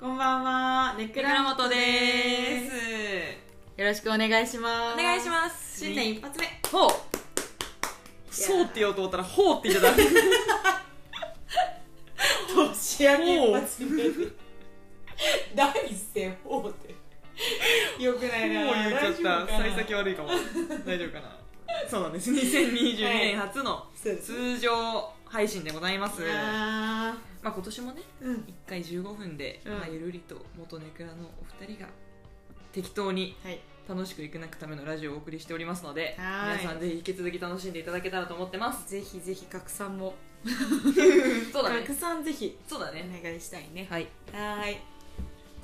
ばんは、ネクラ元ですよろしくお願いします。お願いします新年一発目。ほうそうって言おうと思ったらほうって言っちゃった年明け一発目で。 第一声ほうって。 よくない な。ほう言っちゃった大丈夫かな幸先悪いかも大丈夫かなそうなんです2022年初のそうです。通常配信でございます、いやまあ今年もねーうん。 1回15分で、うんまあ、ゆるりと元ネクラのお二人が適当にはい。楽しく生き抜くためのラジオをお送りしておりますのではーい皆さんぜひ引き続き楽しんでいただけたらと思ってますぜひぜひ拡散も。そうだね拡散ぜひそうだおね願いしたいね。はいはーい。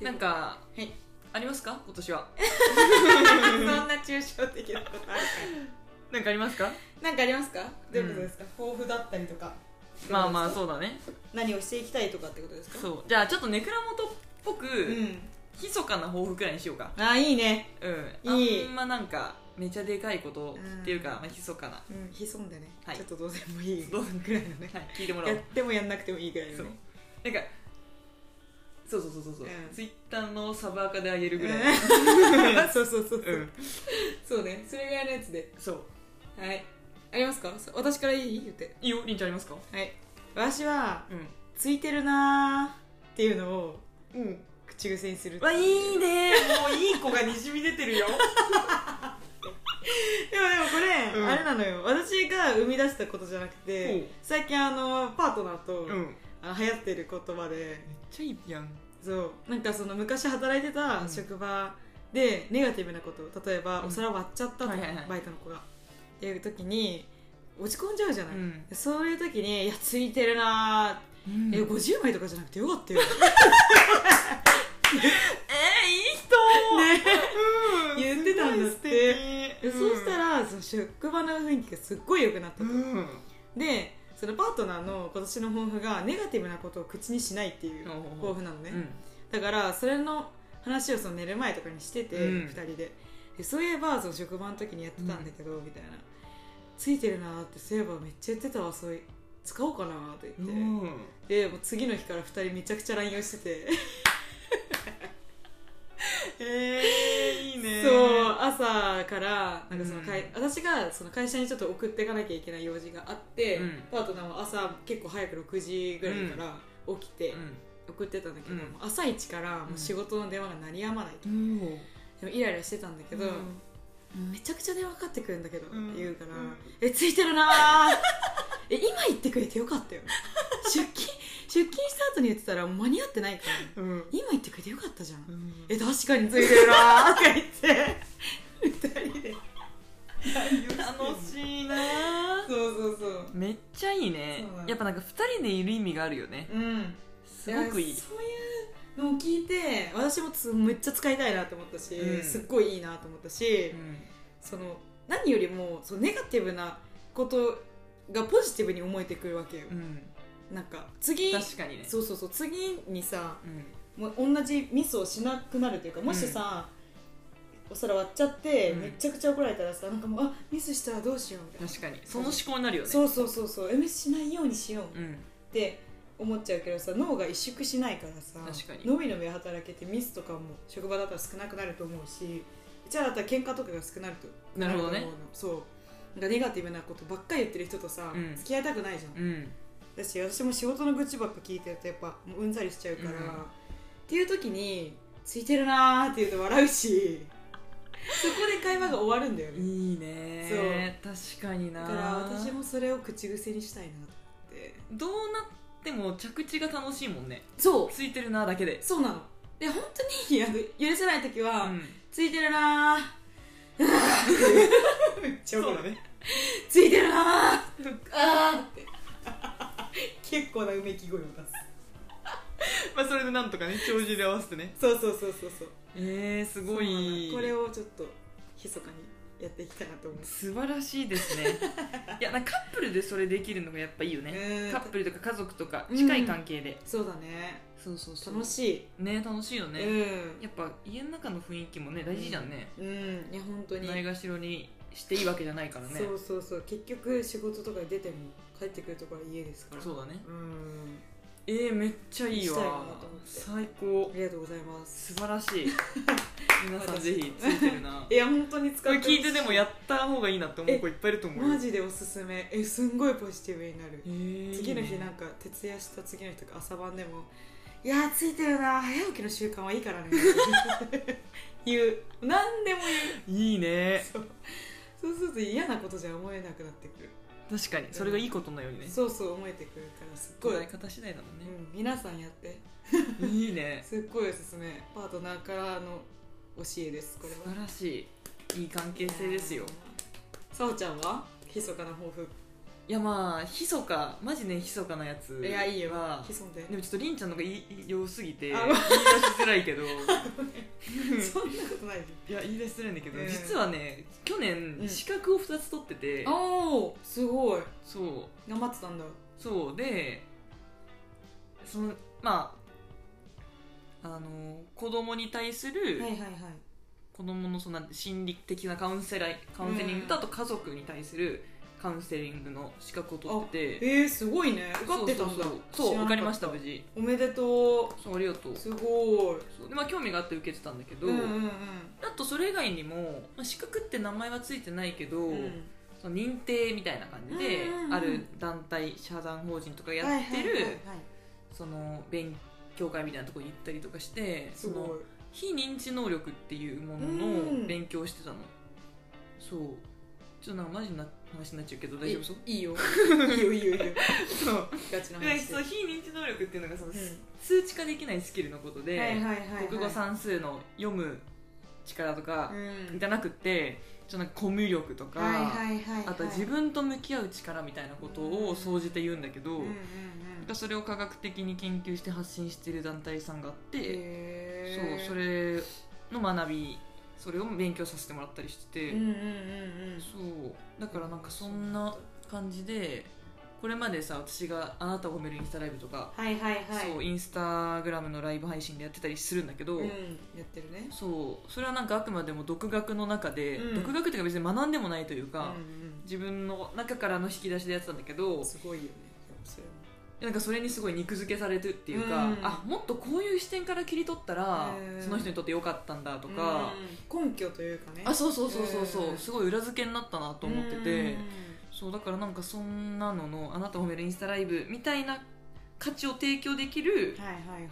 なんかはい。ありますか今年はそんな抽象的なことあるかなんかありますかなんかありますかどういうことですか、抱負だったりとかまあまあうそうだね何をしていきたいとかってことですかそうじゃあちょっとネクラ元っぽく、ん密かな抱負くらいにしようかああいいねうんいいあんまなんかめちゃでかいことっていうか、うんまあ密かなうん潜んでね、はいちょっとどうでもいいどうぐらいのねはい聞いてもらおやうってもやんなくてもいいぐらいそうのねなんかそうそうそうそうそう、うんツイッターのサブアカであげるぐらいうん そうそうそうそう、うんそうねそれぐらいのやつでそうはいありますかそ私からいい言っていいよりんちゃんありますかはい私はうついてるなーっていうのをんうん口癖にするわいいねもういい子がにじみ出て るよでもでもこれ、うんあれなのよ私が生み出したことじゃなくほうて最近あのパートナーと、うんめっあ流行ってる言葉でちゃいいやんそうなんかその昔働いてた職場でネガティブなこと例えばうんお皿割っちゃったとか、はいはいはいバイトの子がっていう時に落ち込んじゃうじゃない、うんそういう時に「いやついてるなー、ええご50枚とかじゃなくてよかったよ」えいい人ねうん言ってたんだってすごい素敵そうしたらその職場の雰囲気がすっごい良くなったと、うんうんでそのパートナーの今年の抱負がネガティブなことを口にしないっていう抱負なのね、だからそれの話をその寝る前とかにしてて、う二ん人ででそういえばその職場の時にやってたんだけど、みたいな「ついてるな」ってそういえばめっちゃ言ってたわそうい使おうかなってう言って、んでもう次の日から二人めちゃくちゃ LINE をしてて、えーいいねそう朝からなんかその会、うん私がその会社にちょっと送っていかなきゃいけない用事があって、うんパートナーも朝結構早く6時ぐらいから起きて送ってたんだけど、うん朝一からもう仕事の電話が鳴りやまないと。うんおーでもイライラしてたんだけど、うんめちゃくちゃ電話かかってくるんだけどってうん言うから「うんえついてるなー え今言ってくれてよかったよ出勤 出勤した後に言ってたら間に合ってないからうん今言ってくれてよかったじゃん、うんえ確かについてるなー」とか言って2人で楽しいなそうそうそうめっちゃいいねそうなのやっぱなんか2人でいる意味があるよねうんすごくいいやそういうのを聞いて私もつめっちゃ使いたいなと思ったし、うんすっごいいいなと思ったし、うんその何よりもそのネガティブなことがポジティブに思えてくるわけよ、うんなんか次確かにねそうそうそう次にさうんもう同じミスをしなくなるというかもしさ、お皿割っちゃって、うんめちゃくちゃ怒られたらさなんかもうあミスしたらどうしようみたいな確かにその思考になるよねそうそうそうそうえミスしないようにしようっうんて思っちゃうけどさ脳が萎縮しないからさ確かにのびのび働けてミスとかも職場だったら少なくなると思うしうちらだったら喧嘩とかが少なるとなるほどねと思うのそうなんかネガティブなことばっかり言ってる人とさ、うん付き合いたくないじゃんうんだし私も仕事の愚痴ばっか聞いてるとやっぱもううんざりしちゃうから、うんっていう時に「ついてるな」って言うと笑う しそこで会話が終わるんだよねいいね確かにだなから私もそれを口癖にしたいなと思ってどうなっても着地が楽しいもんねそうついてるなだけでそうなので本当にあの許せない時はう「んついてるなー」 めっちゃそう怒だるねついてるなーあーって 結構なうめき声を出まあそれでなんとかね帳尻で合わせてねすそうそうそうそうそうえー、すごそうなのいこれをちょっと密かにやっていきたいなと思う素晴らしいですね いやなんかカップルでそれできるのがやっぱいいよねうんカップルとか家族とか近い関係で、そうだねそうそうそう楽しいね楽しいよい、ね、うんやっぱ家の中の雰囲気もね大事じゃんね、うんいや本当に、ないがしろにしていいわけじゃないからねそうそうそう結局仕事とか出ても帰ってくるところは家ですからそうだねうんえー、めっちゃいいしたいなわと思って最高ありがとうございます素晴らしい 皆さんぜひついてるないや本当に使 こっれてほし聞いてでもやった方がいいなって思う子いっぱいいると思うよマジでおすすめえすんごいポジティブになるえー次の日なんか徹夜した次の日とか朝晩でも「いやーついてるな早起きの習慣はいいから ね」言う何でも言ういいねそうすると嫌なことじゃ思えなくなってくる、確かにそれがいいことのようにねそうそう思えてくるからすっごい、捉え方次第だもんうねん、皆さんやっていいねすっごいおすすめパートナーからの教えです素これは晴らしいいい関係性ですよさおちゃんは密かな抱負いやまあひそかマジねひそかなやついやいいよは潜んででもちょっとりんちゃんのがいい良すぎて言いあ出しづ らいけどいそんなことないよや言い出しづらいんだけど、うん実はね去年うん資格を2つ取ってて、おーすごいそう頑張ってたんだそうでそのまああの子供に対する、はいはいはい子供のそのなんて心理的なカウンセラーカウンセリングと、うんあと家族に対するカウンセリングの資格を取っててえー、すごいね受かってたんだそうそうそうそう知らなかった受かりました無事おめでとそうありがとううすごいそうでまあ興味があって受けてたんだけど、んうんあとそれ以外にも、まあ、資格って名前はついてないけど、うんその認定みたいな感じで、うんうんうんある団体社団法人とかやってる、はいはいはいはいその勉強会みたいなとこに行ったりとかしてそすのごい非認知能力っていうもうののん勉強をしてたの、そうちょっとなんかマジな話になっちゃうけど大丈夫そういいいよいいよいいよいいよ そうガチなで話そう非認知能力っていうのがその、うん数値化できないスキルのことで、はいはいはいはい国語算数の読む力とかう、んじゃなくてちょっとなんかコミュ力とか、はいはいはいはいあとは自分と向き合う力みたいなことを総じて言うんだけど、うんうんうんなんかそれを科学的に研究して発信している団体さんがあって、へーそうそれの学びそれを勉強させてもらったりしてて、うんうんうんうんそうだからなんかそんな感じでこれまでさ私が「あなたを褒めるインスタライブ」とか、はいはいはいそうインスタグラムのライブ配信でやってたりするんだけど、うんやってるねそうそれはなんかあくまでも独学の中で、うん独学というか別に学んでもないというか、うん自分の中からの引き出しでやってたんだけうどんすごいよねでもそれもなんかそれにすごい肉付けされてっていうか、うんあもっとこういう視点から切り取ったらうんその人にとって良かったんだとか、うん根拠というかねあそうそうそうそうそう、うんすごい裏付けになったなと思ってて、うんそうだからなんかそんなのの「あなたを褒めるインスタライブ」みたいな価値を提供できるはいはいは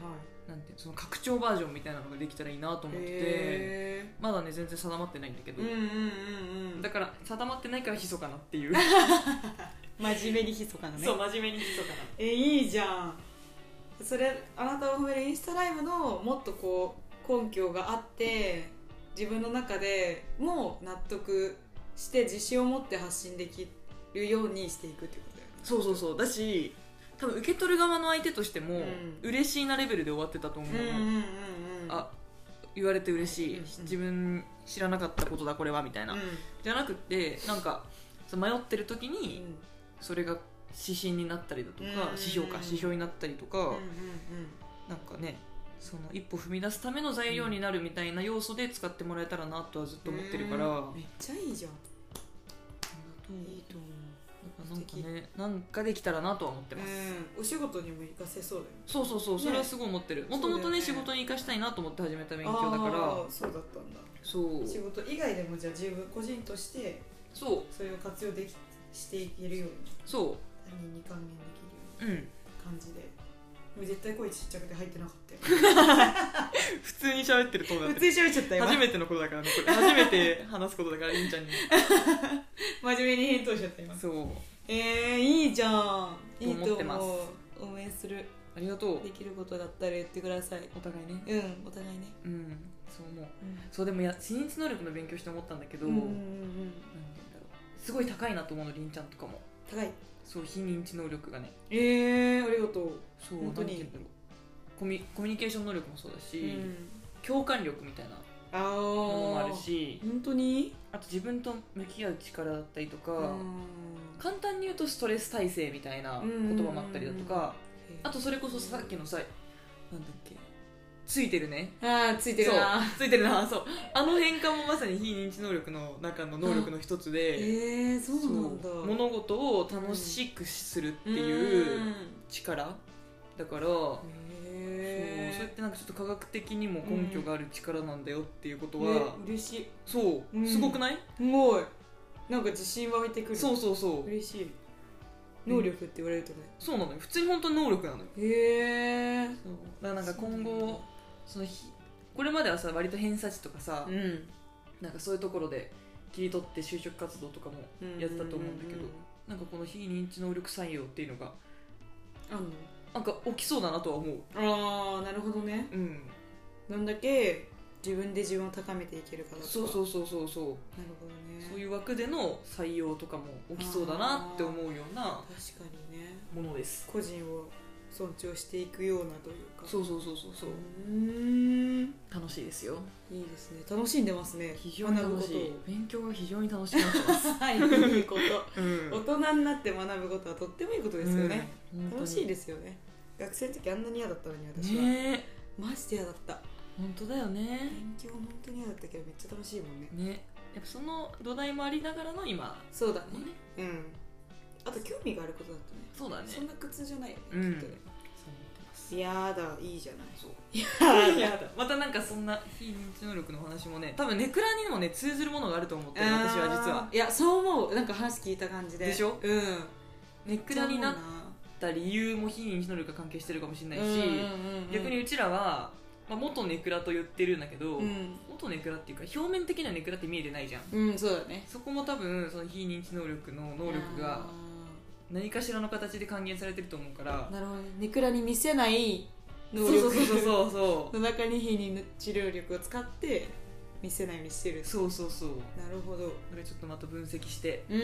いなんていうのその拡張バージョンみたいなのができたらいいなと思っててへまだね全然定まってないんだけーうど、んうんうんうんだから定まってないから密かなっていう真面目にひ そかなねそう真面目に密かなえいいじゃんそれあなたを褒めるインスタライブのもっとこう根拠があって自分の中でもう納得して自信を持って発信できるようにしていくってことだよねそうそうそうだし多分受け取る側の相手としても、うん嬉しいなレベルで終わってたと思うの、うんうんうんあ言われて嬉しい、うんうん自分知らなかったことだこれはみたいな、うんじゃなくってなんかそう迷ってる時にうんそれが指針になったりだとか、うんうんうん指標か指標になったりとか、うんうんなんかねその一歩踏み出すための材料になるみたいな要素で使ってもらえたらなとはずっと思ってるから、うんめっちゃいいじゃんいいと思なんかねなんかできたらなとは思ってうます、うんお仕事にも活かせそうだよねそうそうそうそれはすごい思ってるもともとねそ仕うだよね事に生かしたいなと思って始めた勉強だからあーそうだったんだそう仕事以外でもじゃあ自分個人としてそうそれを活用できしていけるようにそ他人に還元できるううよんうな感じででも絶対声ちっちゃくて入ってなかったよ 普通に喋ってるとだって通に喋っちゃった初めてのことだからねこれ初めて話すことだからりんちゃんに真面目に返答しちゃった今そうえー、いいじゃんいいと思思ってますう応援するありがとうできることだったら言ってくださいお互いねうんお互いねうんそう思ううんそうでもや認知能力の勉強して思ったんだけど、うんうんなんてうん言うんだろうすごい高いなと思うのりんちゃんとかも高いそう非認知能力がねえー、ありがとうそう本当になんて言うんだろうコミコミュニケーション能力もそうだし、うん共感力みたいなあものもああるし本当にあと自分と向き合う力だったりとか、うん簡単に言うとストレス耐性みたいなうんうんうんうん言葉もあったりだとか、あとそれこそさっきのさなんだっけついてるねあーついてるそうなついてるなそうあの変化もまさに非認知能力の中の能力の一つえで、ー、そうなんだそう物事を楽しくするっていう力だからそうへそれっえてなんかちょっと科学的にも根拠がある力なんだよっていうことは、ね嬉しいそううんすごくない、すごいなんか自信湧いてくるそうそうそう嬉しい能力って言われるとねそうなのよ普通に本当に能力なのよへえそうだからなんか今後そのひこれまではさ割と偏差値とかさ、んなんかそういうところで切り取って就職活動とかもやってたと思うんだけど、なんかこの非認知能力採用っていうのがあんのなんか起きそうだなとは思うあーなるほどねうんどんだけ自分で自分を高めていけるかだとかそうそうそうそうなるそうほどねそういう枠での採用とかも起きそうだなって思うような確かにねものです個人を尊重していくようなというかそうそうそうそうそううーん楽しいですよいいですね楽しんでますね非常に楽しい勉強が非常に楽しくなってま学ぶこす、とをはいいいこと うん大人になって学ぶことはとってもいいことですよね、、うん楽しいですすよね学生の時あんなに嫌だったのに私は、ねえマジで嫌だった本当だよね勉強本当に嫌だったけどめっちゃ楽しいもんねねやっぱその土台もありながらの今そうだねもねうんあと興味があることだったねそうだねそんな苦痛じゃないよね、うんきっとねそう思ってますいやだいいじゃないそういやだまたなんかそんな非認知能力の話もね多分ネクラにもね通ずるものがあると思ってる私は実はいやそう思うなんか話聞いた感じででしょうんネクラになった理由も非認知能力が関係してるかもしれないし、逆にうちらは、まあ、元ネクラと言ってるんだけど、うん、元ネクラっていうか表面的にはネクラって見えてないじゃんうん、そうだねそこも多分その非認知能力の能力が何かしらの形で還元されてると思うからあーなるほどねネクラに見せない能そうそう力そうそうそうの中に非認知能力を使って見せないようにしてるそうそうそうなるほどこれちょっとまた分析してう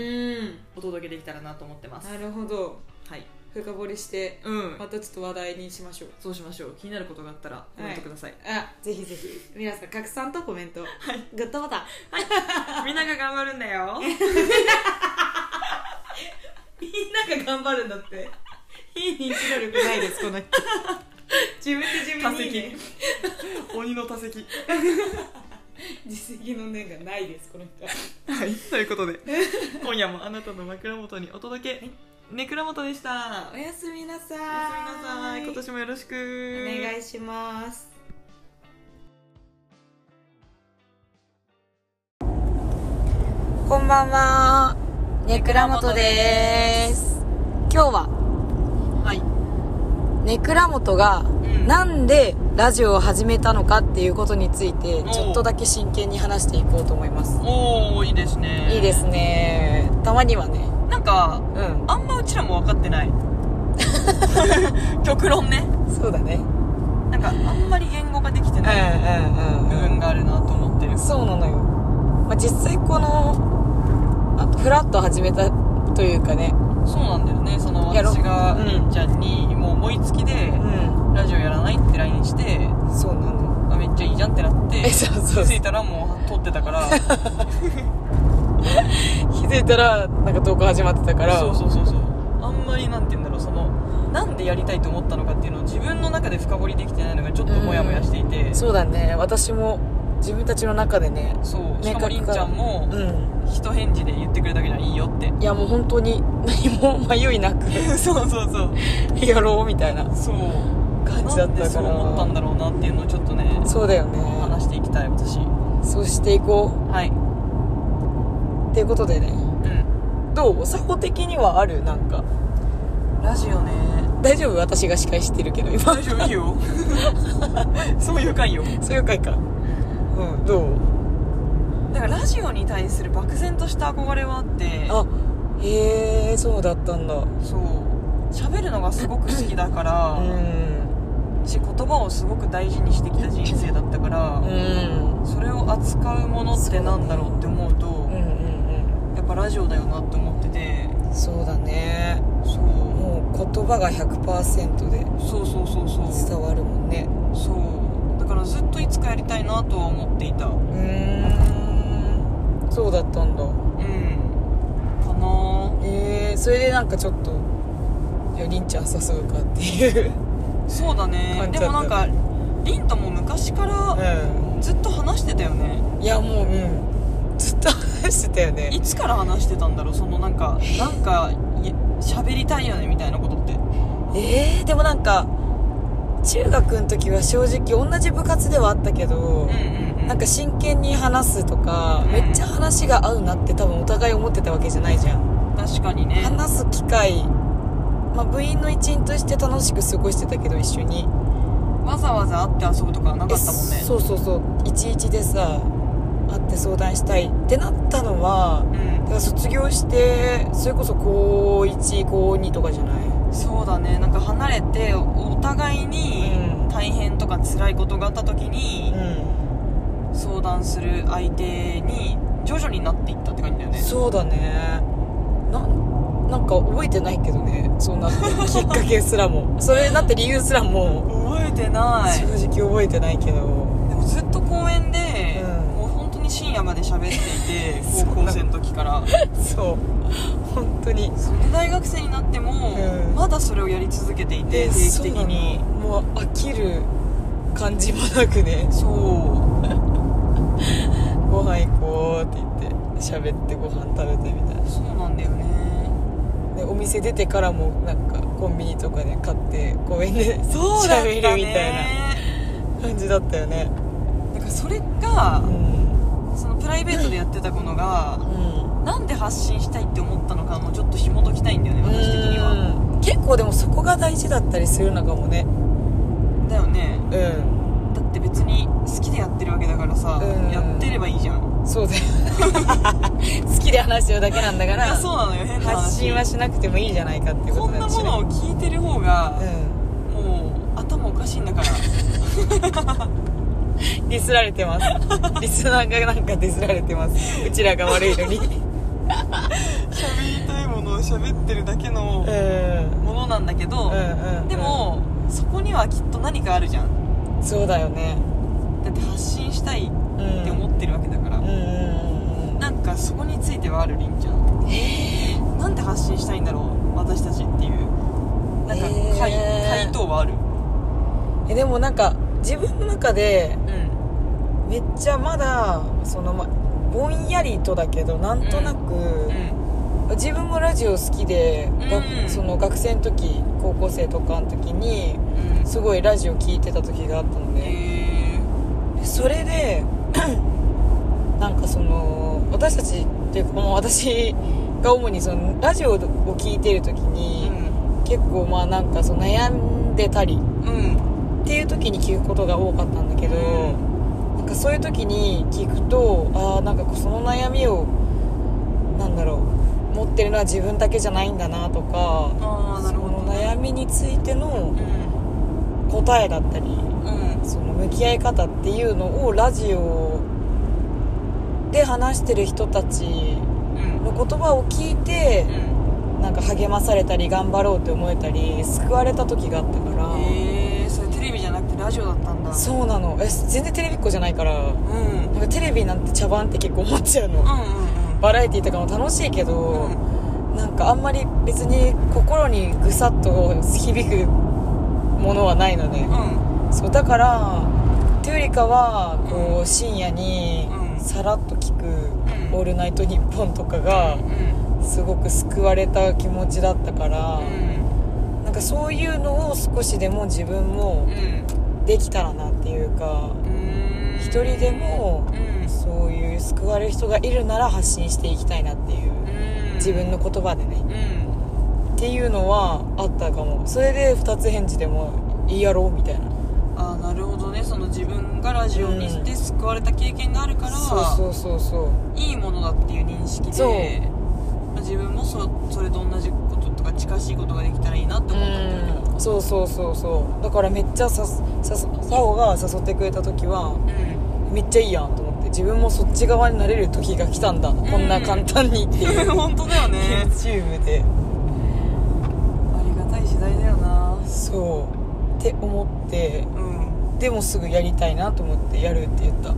んお届けできたらなと思ってますなるほどはい深掘りしてうんまたちょっと話題にしましょうそうしましょう気になることがあったらコメントください、あぜひぜひ皆さん拡散とコメント、はい、グッドボタンみんなが頑張るんだよみんなが頑張るんだって非認知能力ないですこの人 自分で自分にいいね 鬼の多席実績の念がないですこの人はいということで今夜もあなたの枕元にお届け、ねくらもとでしたおやすおやすみなさーいみなさい今年もよろしくお願いしますこんばんは。ネクラ元です。今日ははいネクラ元がんなんでラジオを始めたのかっていうことについておうちょっとだけ真剣に話していこうと思います。おおいいですねいいですね。たまにはね。なんかうあんまうちらも分かってない極論ねん。そうだね。なんかあんまり言語ができてうんないうん部うんうん。分があるなと思ってるそうなのよ。まあ、実際このあフラッと始めたというかね。そうなんだよねそのやろ私がうんりんちゃんにもう思いつきでん。ラジオやらないって LINE してそうなの。あめっちゃいいじゃんってなってえそうそうそう気づいたらもう撮ってたから気づいたらなんか投稿始まってたから。そうそうそうそうあんまりなんて言うんだろうそのなんでやりたいと思ったのかっていうのを自分の中で深掘りできてないのがちょっとモヤモヤしていて、そうだね私も自分たちの中でねそうしかもりんちゃんもうん一返事で言ってくれたわけじゃんいいよっていやもう本当に何も迷いなくそうそうそう やろうみたいなそう感じなだんっでたそかうら思ったんだろうなっていうのをちょっとねそうだよ話しねていきたい私そうしていこはいうっていうことでねうんどうお作法的にはあるなんかラジオね大丈夫私が司会してるけど今大丈夫いいよ そういう回よそういう回かうんどうだからラジオに対する漠然とした憧れはあってあへえそうだったんだうそう喋るのがすごく好きだから、んし言葉をすごく大事にしてきた人生だったからう、んそれを扱うものってなんだろうって思うとうんうんやっぱラジオだよなって思っててうんそうだねそうもう言葉が100%でそうそうそうそう伝わるもんねそうだからずっといつかやりたいなとは思っていたうんうーんそうだったんだかなえー、それでなんかちょっとじゃありんちゃん誘うかっていうそうだね感じでだっもたなんかりんとも昔から、ずっと話してたよねうんいやもううんずっと話してたよねいつから話してたんだろうそのなんかなんかい喋りたいよねみたいなことってえー、でもなんか中学の時は正直同じ部活ではあったけど、うんうんなんか真剣に話すとか、うんめっちゃ話が合うなって多分お互い思ってたわけじゃないじゃん、確かにね話す機会、まあ、部員の一員として楽しく過ごしてたけど一緒にわざわざ会って遊ぶとかはなかったもんねえそうそうそういちいちでさ会って相談したいってなったのはだから卒業してそれこそ高1高2とかじゃないうん、そうだねなんか離れてお互いにうん大変とか辛いことがあった時にう相談する相手に徐々になっていったって感じだよねんそうだねななんか覚えてないけどねそうなってきっかけすら もそれだって理由すらも覚えてない正直覚えてないけど、でもずっと公園で、うんもう本当に深夜まで喋っていて そう高校生の時からそう本当にそれで大学生になっても、うんまだそれをやり続けていて定期的にそうなのもう飽きる感じもなくね そうご飯行こうって言って喋ってご飯食べてみたいなそうなんだよねでお店出てからもなんかコンビニとかで買って公園だでった喋ねるみたいな感じだったよねだからそれがうんそのプライベートでやってたこのうがんなんで発信したいって思ったのかもちょっと紐解きたいんだよね私的にはうん結構でもそこが大事だったりするのかもねだよねうだって別に好きでやってるわけだからさ、うんやってればいいじゃんんそ うだよ好きで話してるだけなんだかいやらそうなのよ変な話発信はしなくてもいいじゃないかってことこんだなしものを聞いてる方が、うもう頭おかしいんだからんディスられてますリスナーがなんかディスられてますうちらが悪いのに喋りたいものを喋ってるだけのうんものなんだけど、うんうんでもそこにはきっと何かあるじゃんそうだよねだって発信したいっうんて思ってるわけだから、うんうんうんなんかそこについてはあるりんちゃんなんで発信したいんだろう私たちっていうなんか回,、えー回答はあるえでもなんか自分の中でうんめっちゃまだそのまぼんやりとだけどなんとなく、うん自分もラジオ好きで、うんがその学生の時高校生とかの時にうんすごいラジオ聞いてた時があったので、へそれで なんかその私たちっていうかこの私が主にそのラジオを聞いてる時えに、結構まあなんかその悩んでたりうんうんっていう時に聞くことが多かったんだけど、なんかそういう時に聞くとああんかその悩みをなんだろう持ってるのは自分だけじゃないんだなとかああなるほどそのね悩みについてのうん答えだったりうんその向き合い方っていうのをラジオで話してる人たちうんの言葉を聞いてう、なんか励まされたり頑張ろうって思えたり救われた時があったから。んへえそれテレビじゃなくてラジオだったんだそうなのえ全然テレビっ子じゃないからうんうんうんなんかテレビなんて茶番って結構思っちゃうのバラエティーとかも楽しいけうんどう、んなんかあんまり別に心にぐさっと響くものはないのね、そうだからというよりかはこうう深夜にうんさらっと聞くう「んオールナイトニッポン」とかがうんすごく救われた気持ちだったから、うなんかそういうのを少しでも自分もんうんできたらなっていうか、うん一人でもうんそういう救われる人がいるなら発信していきたいなっていう、うん自分の言葉でねうんっていうのはあったかもそれで二つ返事でもいいやろうみたいなああなるほどねその自分がラジオにして救われた経験があるからそうそうそうそういいものだっていう認識そうでまあ自分もそそれと同じこととか近しいことができたらいいなって思ったんだよねうんそうそうそうそうだからめっちゃさささおが誘ってくれた時はめっちゃいいやんと思って自分もそっち側になれる時が来たんだこんな簡単にっていううん本当だよ ね YouTube でありがたい時代だよなそうって思ってうんでもすぐやりたいなと思ってやるって言ったへう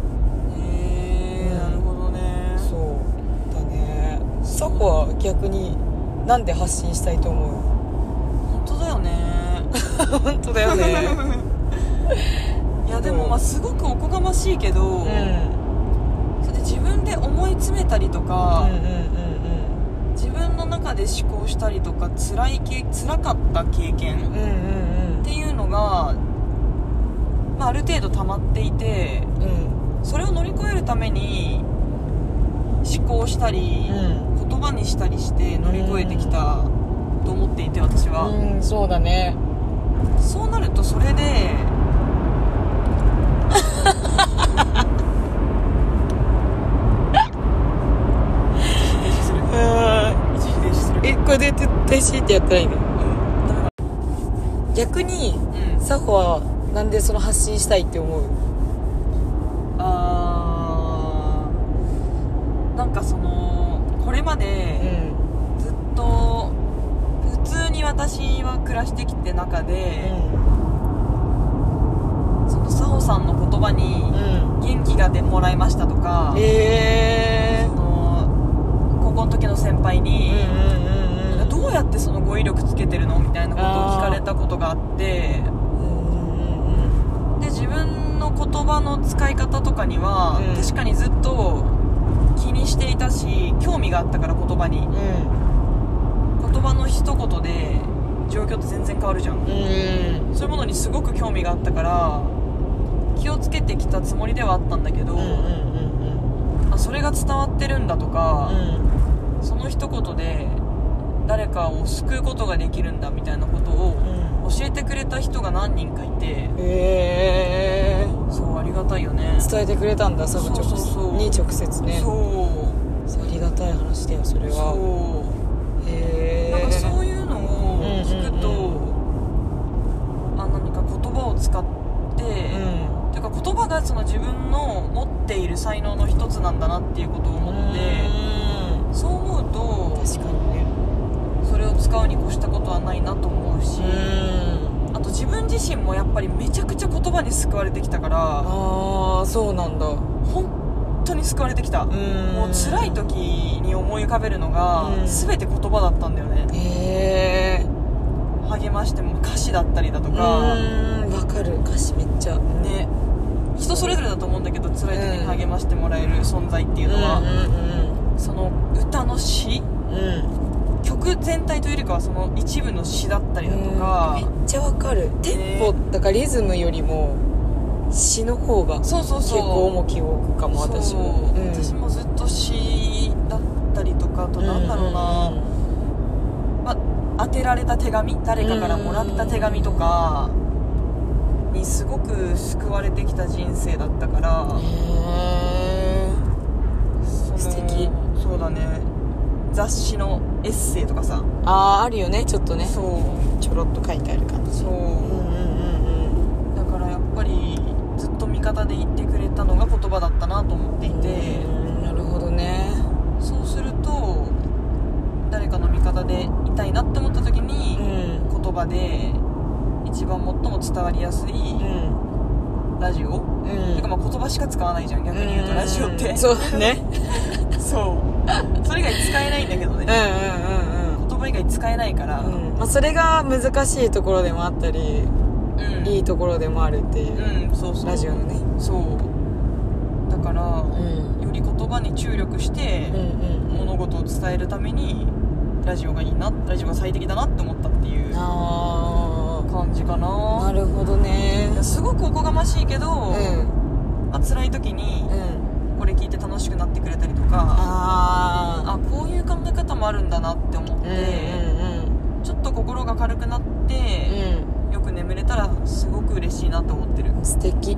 えんなるほどねそうだねサコは逆になんで発信したいと思本当だよねう本当だよね いやでもまあすごくおこがましいけど、うんうそんうんれで自分で思い詰めたりとか、自分の中で思考したりとか辛いけ辛かった経験うんうんうんうんっていうのがある程度溜まっていてうんそれを乗り越えるために思考したり、う言葉にしたりして乗り越えてきたと思っていて私は、うんそうだねそうなるとそれで一時停止するうーん一時停止するえこれで停止ってやったらいいのうんダメだ逆にうんサホはなんでその発信したいって思うあーなんかそのこれまうでんずっと普通に私は暮らしてきて中うで、んその佐穂さんの言葉にうん元気がでもらいましたとか、ええその高校の時の先輩うに、んうんうんどうやってその語彙力つけてるのみたいなことを聞かれたことがあってうんで自分の言葉の使い方とかには、うん確かにずっと気にしていたし興味があったから言葉にうんうん言葉の一言で状況って全然変わるじゃんうんうんそういうものにすごく興味があったから気をつけてきたつもりではあったんだけど、うんうんあそれが伝わってるんだとうか、んその一言で誰かを救うことができるんだみたいなことをうん教えてくれた人が何人かいてええそうありがたいよね伝えてくれたんだサホ直接そうそうそうに直接ねそうありがたい話だよそれはそうへえなんかそういうのを聞くと、うんあ何か言葉を使って、うんていうか言葉がその自分の持っている才能の一つなんだなっていうことを思って、うんそう思うと確かにねそれを使うに越したことはないなと思うし、うんあと自分自身もやっぱりめちゃくちゃ言葉に救われてきたからああそうなんだ本当に救われてきた、んもう辛い時に思い浮かべるのが、うん全て言葉だったんだよねへえ励ましても歌詞だったりだとうか、んわかる歌詞めっちゃね人それぞれだと思うんだけど辛い時にうん励ましてもらえる存在っていううんのは、うんその歌の詩うん曲全体というよりかはその一部の詩だったりだとか、うんめっちゃわかるテンポだからリズムよりも詩の方が結そうそうそう構重きを置くかも私もそううん私もずっと詩だったりとかあとなんだろうな、まあ、当てられた手紙誰かからもらった手紙とかにすごく救われてきた人生だったからへその素敵そうだね雑誌のエッセイとかさ、ーあああるよねちょっとねそうちょろっと書いてある感じそう、うんうんだからやっぱりずっと味方で言ってくれたのが言葉だったなと思っていうんうんて、うんなるほどねそうすると誰かの味方でいたいなって思った時うに、ん言葉で一番最も伝わりやすいうんラジオ、うんてかまあ言葉しか使わないじゃん逆に言うとラジオって、うんそうねそうそれ以外使えないんだけどうんうね、んうんうん言葉以外使えないからうん、まあ、それが難しいところでもあったり、いいところでもあるっていう、うんそうそうラジオのね、そうだから、んより言葉に注力して、うんうん物事を伝えるためにラジオがいいなラジオが最適だなって思ったっていうあ感じかあななるほどねいやすごくおこがましいけうど、んまあ辛い時にうんこれ聞いて楽しくなってくれたりとかあああこういう考え方もあるんだなって思って、うんうんちょっと心が軽くなっうて、んよく眠れたらすごく嬉しいなと思ってるうん素敵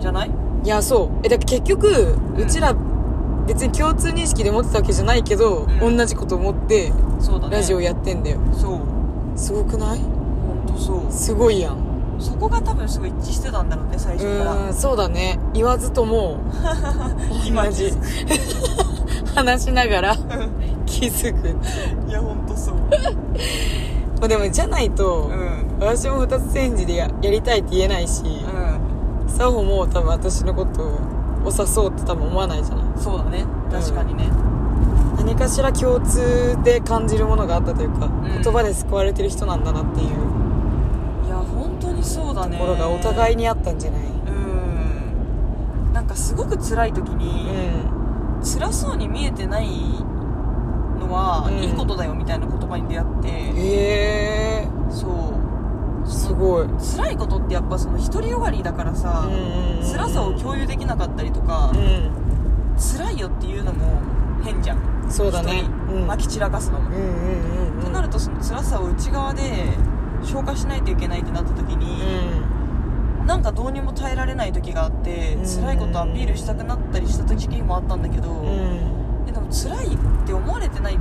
じゃないいやそうえだから結局うちら別に共通認識で持ってたわけじゃないけど、うん同じこと思ってそうだねラジオやってんだよ、そうすごくない本当そうすごいやんそこが多分すごい一致してたんだろうね最う初からーんそうだね言わずとも今同気じづ 話しながら気づくいや本当そうまあでもじゃないと、うん私も二つ返事でややりたいって言えないし、うサホも多分私のことを誘うって多分思わないじゃないんそうだね確かにね、何かしら共通で感じるものがあったというか、ん言葉で救われてる人なんだなっていういや本当にそうだねところがお互いにあったんじゃない、うんなんかすごく辛い時うに、ん辛そうに見えてないのは、うんいいことだよみたいな言葉に出会ってへえそうすごい、うん辛いことってやっぱその独りよがりだからさ、辛さを共有できなかったりとか、うん辛いよっていうのも変じゃんそうだね人にうんまき散らかすのも、うんうんうんとなるとその辛さを内側で消化しないといけないってなった時うに、んなんかどうにも耐えられない時があって、うん辛いことアピールしたくなったりした時期もあったんだけど、うんえでも辛いって思われてないっ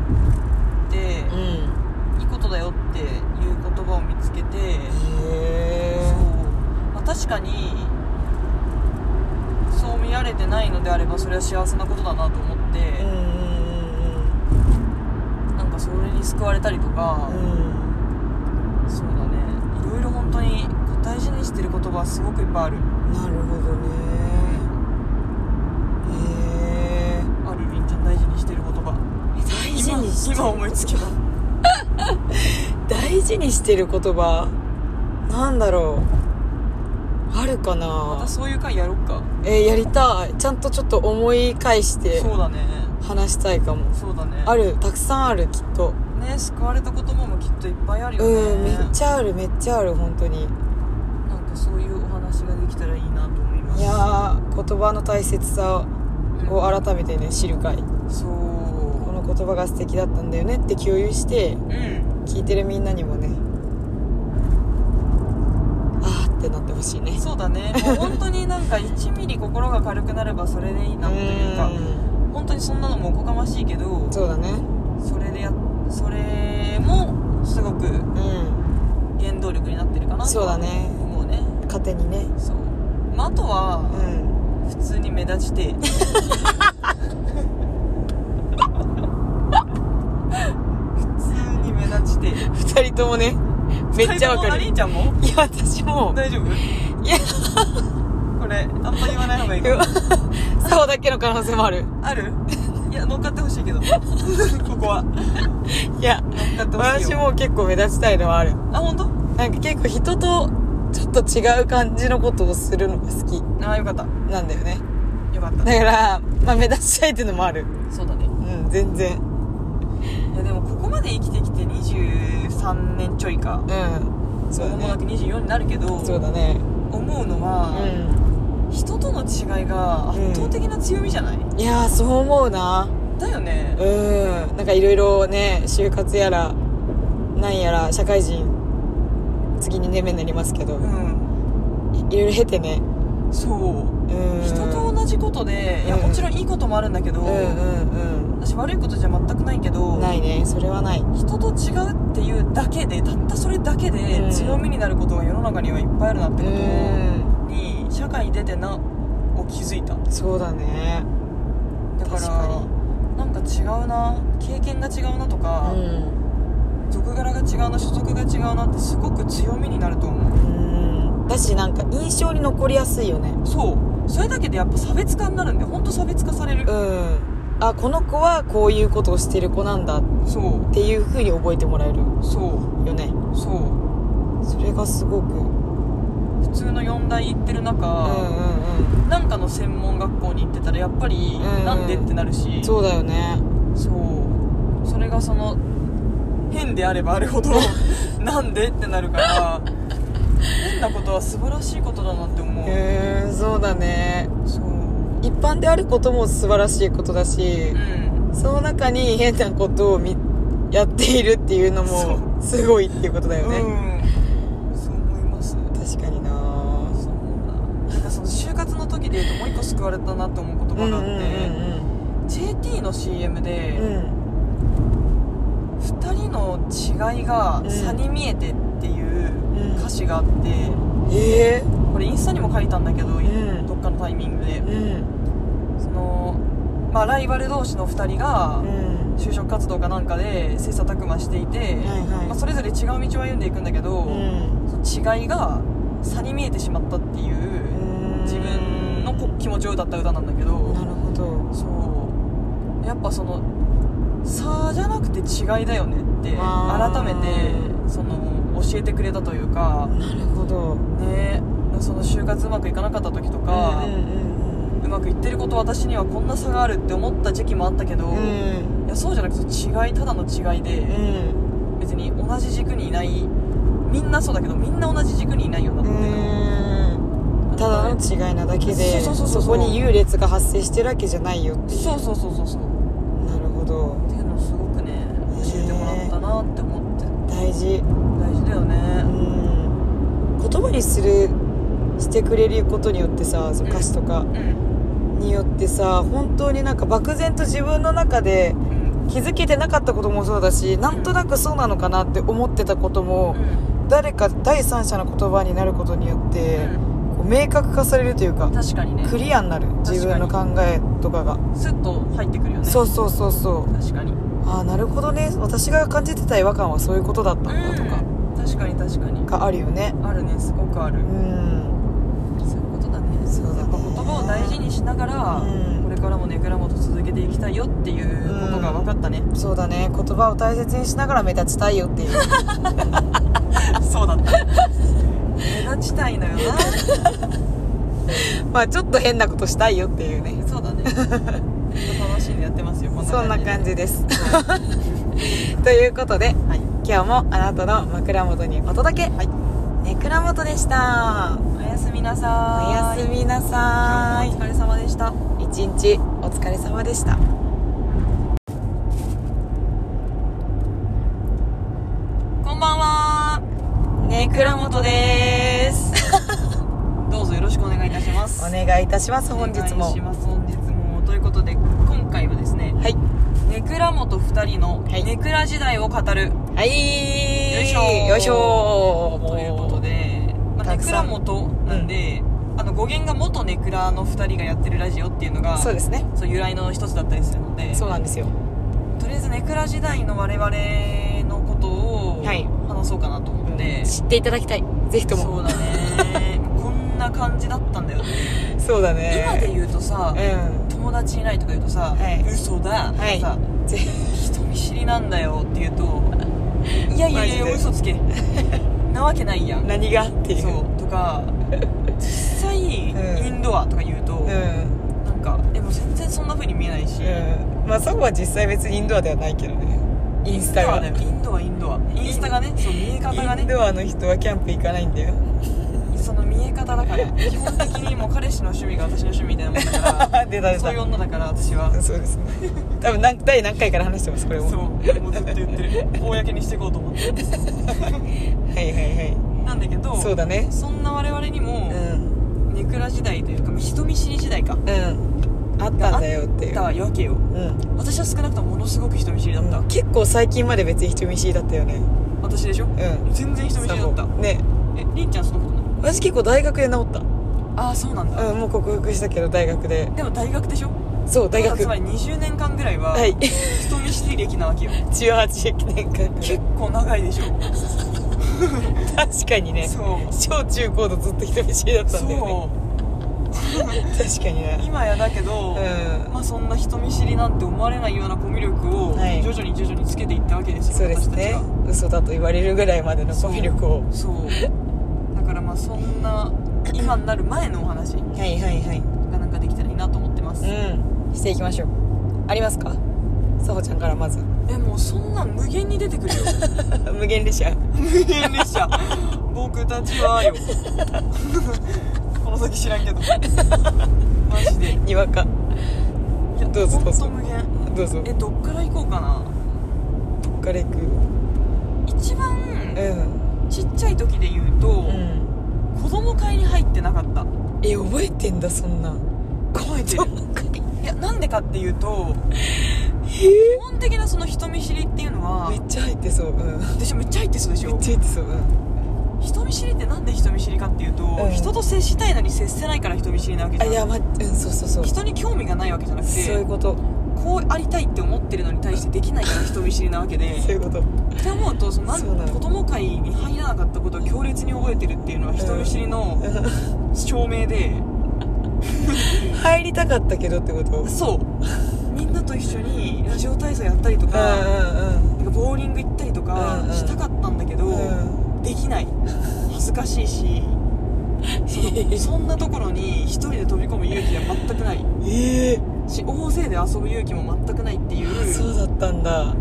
て、うんいいことだよっていう言葉を見つけて、へそうまあ、確かにそう見られてないのであればそれは幸せなことだなと思って、えうんうんなんかそれに救われたりとか、うんそうだねいろいろ本当に大事にしてる言葉はすごくいっぱいあるうんなるほどねへえあるりんちゃん大事にしてる言葉大事にし今て今思いつきは大事にしてる言葉なんだろうあるまかなたそういう回やろっかえーやりたいちゃんとちょっと思い返してそうだね話したいかもそうだねあるたくさんあるきっとね救われた言葉もきっといっぱいあるよねうんめっちゃあるめっちゃある本当になんかそういうお話ができたらいいなと思いますいやー言葉の大切さをあ改めてね知る会そうこの言葉が素敵だったんだよねって共有してうん聞いてるみんなにもねあーってなってほしいねそうだねもう本当になんか1ミリ心が軽くなればそれでいいなというかうん本当にそんなのもおこがましいけどそうだねそれでやそれもすごくうん原動力になってるかなとそうはだね思うね糧にねそう、まあ、あとうはん普通に目立ちて普通に目立ちて二人ともねめっちゃわ二人とかもあるりいんちゃんもや私も大丈夫いやこれあんま言わない方がいいかなそうだけの可能性もあるあるいや乗っかってほしいけどここは乗いやっかってほしい私よも結構目立ちたいのはあるあ本当？なんか結構人とちょっと違う感じのことをするのが好きあよかったなんだよねよかっただから、まあ、目立ちたいっていうのもあるそうだねうん全然いやでもここまで生きてきて23年ちょいかうんそ間うだもなねく24になるけどそうだね思うのは、う人との違いが圧倒的な強みじゃない、んいやーそう思うなだよねうんなんかいろいろね就活やらなんやら社会人次2年目になりますけどうん、いいろいろ経てねそううん人と同じことでいやうんもちろんいいこともあるんだけど、うんうん私悪いことじゃ全くないけうどんないねそれはない人と違うっていうだけでたったそれだけうんで強みになることが世の中にはいっぱいあるなってうこんとに社会に出てなを気づいたそうだねだから確かなんか違うな経験が違うなとうか、ん属柄が違うな所属が違うなってすごく強みになると思ううんだしなんか印象に残りやすいよねそうそれだけでやっぱ差別化になるんで本当差別化されるう、んあこの子はこういうことをしてる子なんだっそていうふうに覚えてもらえるうそよねうそうそれがすごくうん普通の4大行ってる中、うなんかの専門学校に行ってたらやっぱり、うんなんでってなるしんそうだよねそうそれがその変であればあるほどなんでってなるから変なことは素晴らしいことだなって思う、へえそうだねそうう一般であることも素晴らしいことだし、んその中に変なことをみやっているっていうのそもすごいっていうことだよね、うんそう思います確かになそうなんだなんかその就活の時で言うともう一個救われたなって思う言葉があって、JT の CM で、うんうんうん2人の違いが差に見えてっていう歌詞があって、うんええこれインスタにも書いたんだけど、んどっかのタイミングで、うんそのまあライバル同士の2人がうん就職活動かなんかで切磋琢磨していて、はいはいまあ、それぞれ違う道を歩んでいくんだけど、うんその違いが差に見えてしまったっていう、自分のこ気持ちを歌った歌なんだけどなるほどそうやっぱその差じゃなくて違いだよねってあー改めてその教えてくれたというかなるほどねその就活うまくいかなかった時とか、ううんうんまくいってること私にはこんな差があるって思った時期もあったけど、うんういんやそうじゃなくて違いただの違いで、うん別に同じ軸にいないみんなそうだけどみんな同じ軸にいないよなうってーんただの違いなだけでそうそうそうそうこに優劣が発生してるわけじゃないよっていうそうそうそうそうそうなるほどっていうのをすごくね教えてもらったなって思って大事大事だようねん言葉にするしてくれることによってさその歌詞とかうんによってさ本当になんか漠然と自分の中でうん気づけてなかったこともそうだしなんとなくそうなのかなって思ってたことも誰か第三者の言葉になることによってうんこう明確化されるというか確かにねクリアになるかに自分の考えとかがスッと入ってくるよねそうそうそうそう確かにああなるほどね私が感じてた違和感はそういうことだったんだとかうん確かに確かにがあるよねあるねすごくあるうんそういうことだねそうだねやっぱ言葉を大事にしながら、うんこれからもね蔵元続けていきたいよっていうことが分かったね、そうだね言葉を大切にしながら目立ちたいよっていうそうだった目立ちたいのよな まあちょっと変なことしたいよっていうねそうだねちょっと楽しんでやってますよこんな そんな感感じじですということではい今日もあなたの枕元にお届け、はい、枕元でしたおやすみなおさーやいすみなさーいお疲れ様でした一日お疲れ様でしたこんばんはね蔵元でー すどうぞよろしくお願いいたしますお願いいたします本日お願いもします本日もということで今回はですねはいネクラ元2人のはいネクラ時代を語るはいよいしょーよいしょーということで、まあ、たネくクさラん元なんで、あの語源が元ネクラの2人がやってるラジオっていうのがそうですねそう由来の一つだったりするのでそうなんですよとりあえずネクラ時代の我々のことをはい話そうかなと思って、知っていただきたいぜひとそもうだねこんな感じだったんだよね、 そうだね今で言うとさ、うん友達いないとか言うとさ「はい嘘だ」とかはいさ、ぜ人見知りなんだよって言うと 「いやいやいマジやで嘘つ け」なわけないやん何がっていうそうとか実際、うんインドアとか言うと、うんなんかでもう全然そんな風に見えないし、うんまあそこは実際別にインドアではないけどねインスイタンドアはだよインドアインドアインスタがねそう見え方がインねドアの人はキャンプ行かないんだよその見え方だ から基本的にもう彼氏の趣味が私の趣味みたいなもんだか 出た出らたそういう女だから私はそうで すね多分何第何回から話してますこれそうもはもうずっと言ってる公にしていこうと思っていはいはなんだけどいそうだねそんな我々にも、うんネクラ時代というか人見知り時代かうんあったんだよっていうだわけようん私は少なくともものすごく人見知りだった、結構最近まで別に人見知りだったよね私でしょ、ん全然人見知りだったそうねえりんちゃんそのことない私結構大学で治ったああそうなんだ、うんもう克服したけど大学ででも大学でしょそう大つ学まはり20年間ぐらいはい 人見知り歴なわけよ18年間結構長いでしょ確かにねそう小中高とずっと人見知りだったんだよねそ確かにうね今やだけど、うまあそんな人見知りなんて思われないようなコミュ力をはい徐々に徐々につけていったわけでんすそよ、うです私たちねが嘘だと言われるぐらいまでのコミュ力をそうだからまあそんな今になる前のお話はいはいはいがなんかできたらいいなと思ってます、うんしていきましょうありますかさほちゃんか らまずえもうそんなん無限に出てくるよ無限列車無限列車僕たちはよこの先知らんけどマジでいにわかやどうぞどうぞほんと無限どうぞえどっから行こうかなどっから行く一う番んちっちゃい時で言うと、うん子供会に入ってなかったえ覚えてんだそんな覚えてるいやなんでかっていうと基本的なその人見知りっていうのはめっちゃ入ってそううんめっ私めっちゃ入ってそうでしょちゃ入ってそううん人見知りってなんで人見知りかっていうと、うん人と接したいのに接せないから人見知りなわけじあゃんいやまうんそうそうそう人に興味がないわけじゃなくてそういうことこうありたいって思ってるのに対してできないから人見知りなわけ でそういうことって思うとそのなんそうなの子供会に入らなかったことを強烈に覚えてるっていうのは人見知りの証明で、入りたかったけどってことうんうんそうみんなと一緒にラジオ体操やったりとか,、なんかボーリング行ったりとかうんうんしたかったんだけど、うんできない恥ずかしいしそ のそんなところに一人で飛び込む勇気は全くないええし大勢で遊ぶ勇気も全くないっていうそうだったんだ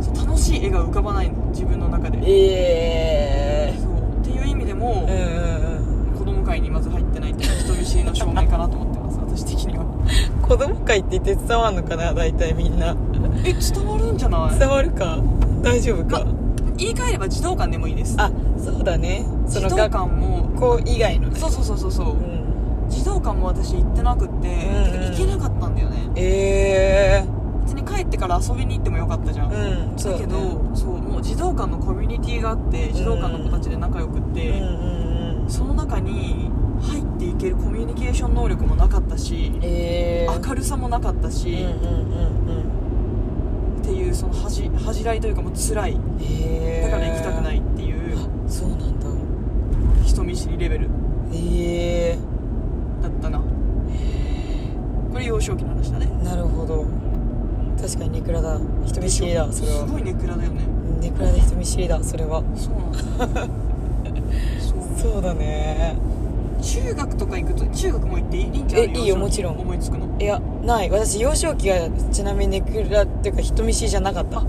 そう楽しい絵が浮かばないの自分の中でええも、うんうん子供会にまず入ってないっていうのは人見知りの証明かなと思って ます私的にはうん子供会って言って伝わんのかな大体みんなえ伝わるんじゃない伝わるか大丈夫か、言い換えれば児童館でもいいですあそうだねそ児の童学館も校以外のねそうそうそうそうそう、うん児童館も私行ってなくて,、んてか行けなかったんだよねええ別に帰ってから遊びに行ってもよかったじゃん、だうんそうけねどそうもう児童館のコミュニティがあって児童館の子たちで仲良くっうて、んうんうんその中に入っていけるコミュニケーション能力もなかったしええ明るさもなかったし、うんうんうんうんっていうその恥恥じらいというかもう辛いええだから行きたくないっていうあそうなんだ人見知りレベルええだったなこれ幼少期の話だねなるほど確かにネクラだ人見知りだそれすはごいネクラだよねネクラで人見知りだそれはそうなんだそうそうだね中学とか行くと中学も行っていいんじゃないえいいよもちろん思いつくのいやない私幼少期がちなみにネクラっていうか人見知りじゃなかった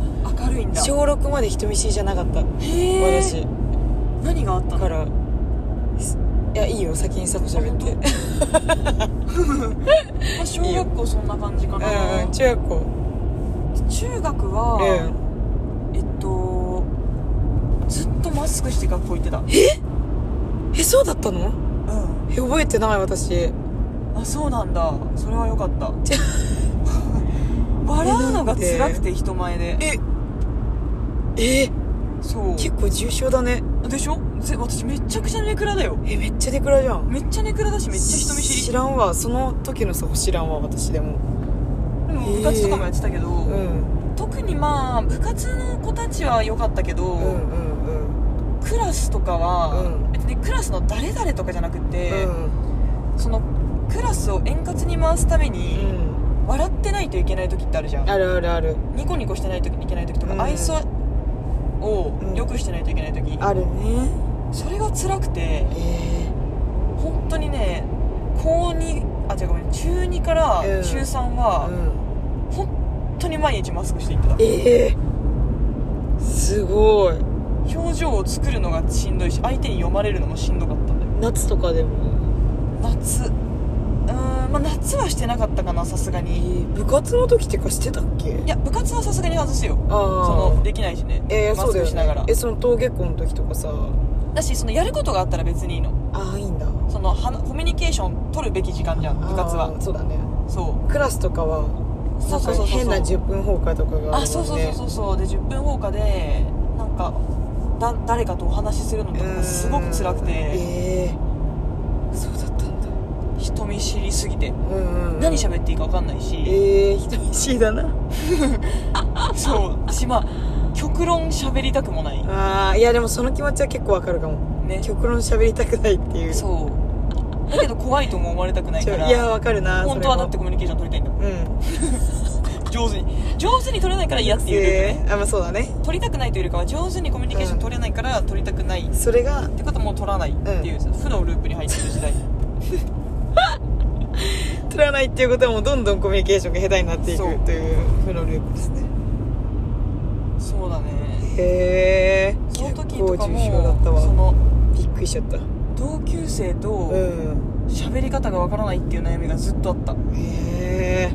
明るいんだ小6まで人見知りじゃなかったへえ私何があっただのからすいやいいよ先にさと喋ってま あ小学校そんな感じかなうんうん中学校中学うは、んえっとずっとマスクして学校行ってたえそうだったのうんえ覚えてない私あそうなんだそれはよか った笑うのが辛くて人前でええそう結構重症だねでしょぜ私めちゃくちゃネクラだよえめっちゃネクラじゃんめっちゃネクラだしめっちゃ人見知知りらんわその時のさ知らんわ私でもでも部活とかもやってたけど、うん特にまあ部活の子たちは良かったけど、うんうんうんクラスとかは、うん別にクラスの誰々とかじゃなくて、うんそのクラスを円滑に回すために、うん笑ってないといけない時ってあるじゃんあるあるあるニコニコしてないといけない時とか、うん愛想をうん良くしてないといけない時、あるねそれが辛くてえ本当にね高2あ違うごめん中2からうん中3ーうは、ん本当に毎日マスクしていってたええすごい表情を作るのがしんどいし相手に読まれるのもしんどかったんだよ夏とかでも、夏うーんまあ夏はしてなかったかなさすがえにー、部活の時ってかしてたっけいや部活はさすがに外すよああそのできないしね、えー、マそうスだクよ、ね、しながらえその登下校の時とかさだしそのやることがあったら別にいいのああいいんだ部そのはなコミュニケーション取るべき時間じゃん部活はそうだねそうクラスとかはそうそうそうそなんうか変な10分放課とかがあるもん、ね、あそうそうそうそうそうで10分放課でなんかだ誰かとお話しするのとかがすごく辛くてええそうだったんだ人見知りすぎてうん、うん、何ゃ喋っていいか分かんないし、ええー、人見知りだなそうしまあ極論喋りたくもないああいやでもその気持ちは結構わかるかもね極論喋りたくないっていうそうだけど怖いとも思われたくないちかょらいやわかるな本当はだってそコミュニケーション取りたいんだもれもうんん上手に上手に取れないから嫌っていうルールえねー、あまあそうだね取りたくないというよりかは上手にコミュニケーション取れないから取りたくないっそれがてことはもう取らないっていう、負のループに入ってる時代取らないっていうことはもうどんどんコミュニケーションが下手になっていくそうという負のループですねそうだねへえその時とか結構重症だったもそわのびっくりしちゃった同級生うとん喋り方がわからないっていう悩みがずっとあったへえ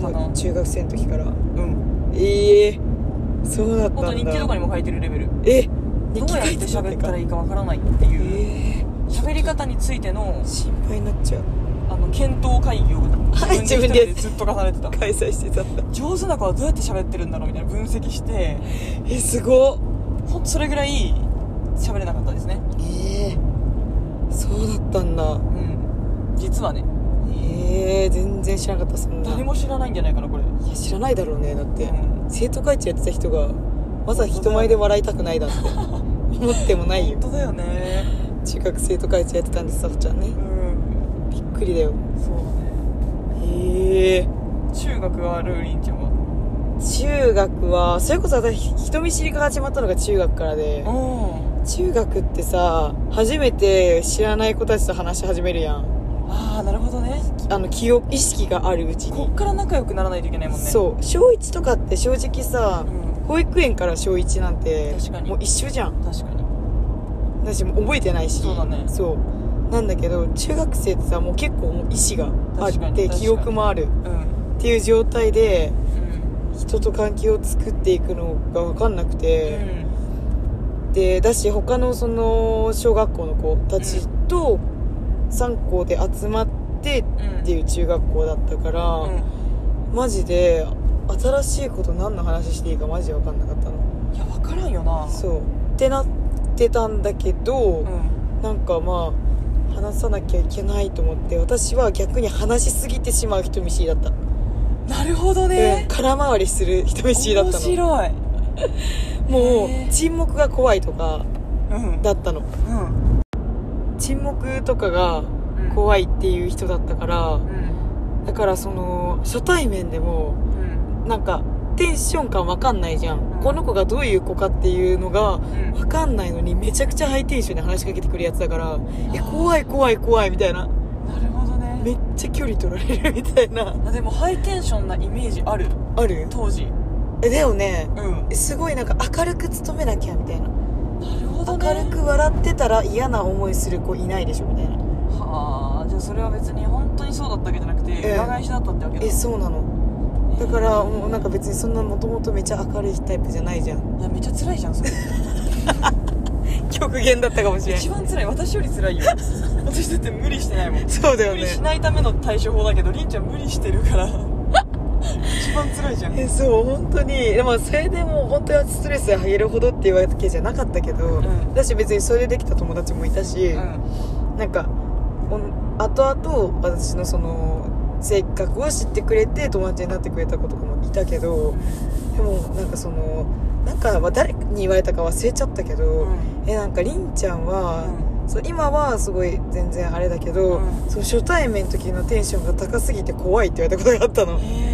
かな中学生の時からうんええそうだったんだ本当日記とかにも書いてるレベルえど日う記やっ書ていてたって喋ったからいいかわからないっていうえ喋り方についてのー、心配になっちゃうあの検討会議をはい自分で一人でずっと重ねてた開催してたんだ上手な子はどうやって喋ってるんだろうみたいな分析してえすごっほんとそれぐらい喋れなかったですねええそうだったんだうん実はねええ全然知らなかったそんな誰も知らないんじゃないかなこれいや知らないだろうねだって、うん生徒会長やってた人がまさか人前で笑いたくない だって思ってもないよ本当だよね中学生徒会長やってたんですさほちゃんねうんびっくりだよそうだねへえ中学はルーリンちゃんは中学はそれこそ私人見知りが始まったのが中学からでうん中学ってさ初めて知らない子たちと話し始めるやんああなるほどねあの気を意識があるうちこにっから仲良くならないといけないもんねそう小1とかって正直さうん保育園から小1なんて確かにもう一緒じゃん確かにだしもう覚えてないしそうだねそうなんだけど中学生ってさもう結構もう意志があ確かっに確てかに記憶もあるうんうんっていう状態で人と関係を作っていくのが分かんなくて、でだし他のその小学校の子たちと3校で集まってうんっていう中学校だったから、うマジで新しいこと何の話していいかマジで分かんなかったのんいや分からんよなそうってなってたんだけど、うんなんかまあ話さなきゃいけないと思って私は逆に話しすぎてしまう人見知りだった、なるほどうんね空回りする人見知りだった面の白いもへーう沈黙が怖いとかうんだったのうん沈黙とかが怖いっていう人だったからうんだからその初対面でもうんなんかテンション感わかんないじゃん、うんこの子がどういう子かっていうのがうんわかんないのにめちゃくちゃハイテンションで話しかけてくるやつだから「いや怖い怖い怖い」みたいななるほどめねっちゃ距離取られるみたいなあでもハイテンションなイメージあるある当時えだよねうんすごいなんか明るく勤めなきゃみたいななるほどね明るく笑ってたら嫌な思いする子いないでしょみたいなはあじゃあそれは別に本当にそうだったわけじゃなくてええ裏返しだったってわけだえそうなのだからもうなんか別にそんなもともとめちゃ明るいタイプじゃないじゃんいやめっちゃ辛いじゃんそれ極限だったかもしれ一ん番辛い私より辛いよ私だって無理してないもんそうだよ無理しねないための対処法だけどりんちゃん無理してるから一番辛いじゃんえそう本当にでもそれでもう本当にストレスが減るほどっていうわけじゃなかったけど、んだし別にそれでできた友達もいたし、うんなんかお後々私のその性格を知ってくれて友達になってくれた子とかもいたけどでもなんかそのなんかは誰に言われたか忘れちゃったけうど、んえなんかりんちゃんは、そう今はすごい全然あれだけど、うんそう初対面の時のテンションが高すぎて怖いって言われたことがあったのへえ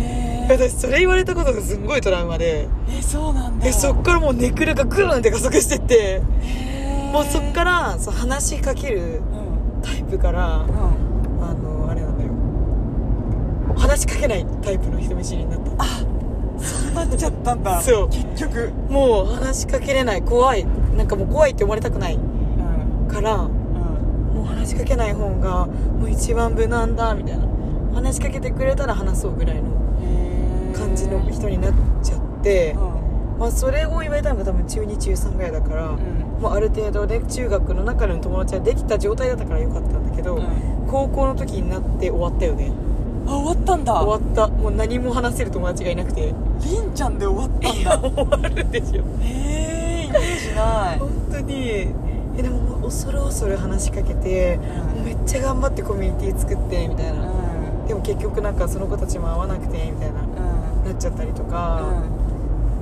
私それ言われたことがすんごいトラウマでえそうなんだえそっからもうネクレがグーンって加速してってへえもうそっからそう話しかけるうんタイプからうんあのあれなんだよ話しかけないタイプの人見知りになったそう なっちゃったんだそう結局もう話しかけれない怖いなんかもう怖いって思われたくないうんからもうんう話しかけない方がもう一番無難だみたいな話しかけてくれたら話そうぐらいのへえ感じの人になっちゃってう、んまあ、それを言われたのが多分中2中3ぐらいだから、うんもうある程度で中学の中での友達はできた状態だったからよかったんだけど、うん高校の時になって終わったよねあ終わったんだ終わったもう何も話せる友達がいなくてりんちゃんで終わったんだ終わるんですよへえイメージない本当にえでも恐る恐る話しかけてうんめっちゃ頑張ってコミュニティ作ってみたいうな、んでも結局なんかその子たちも会わなくてみたいなうんなっちゃったりとうか、ん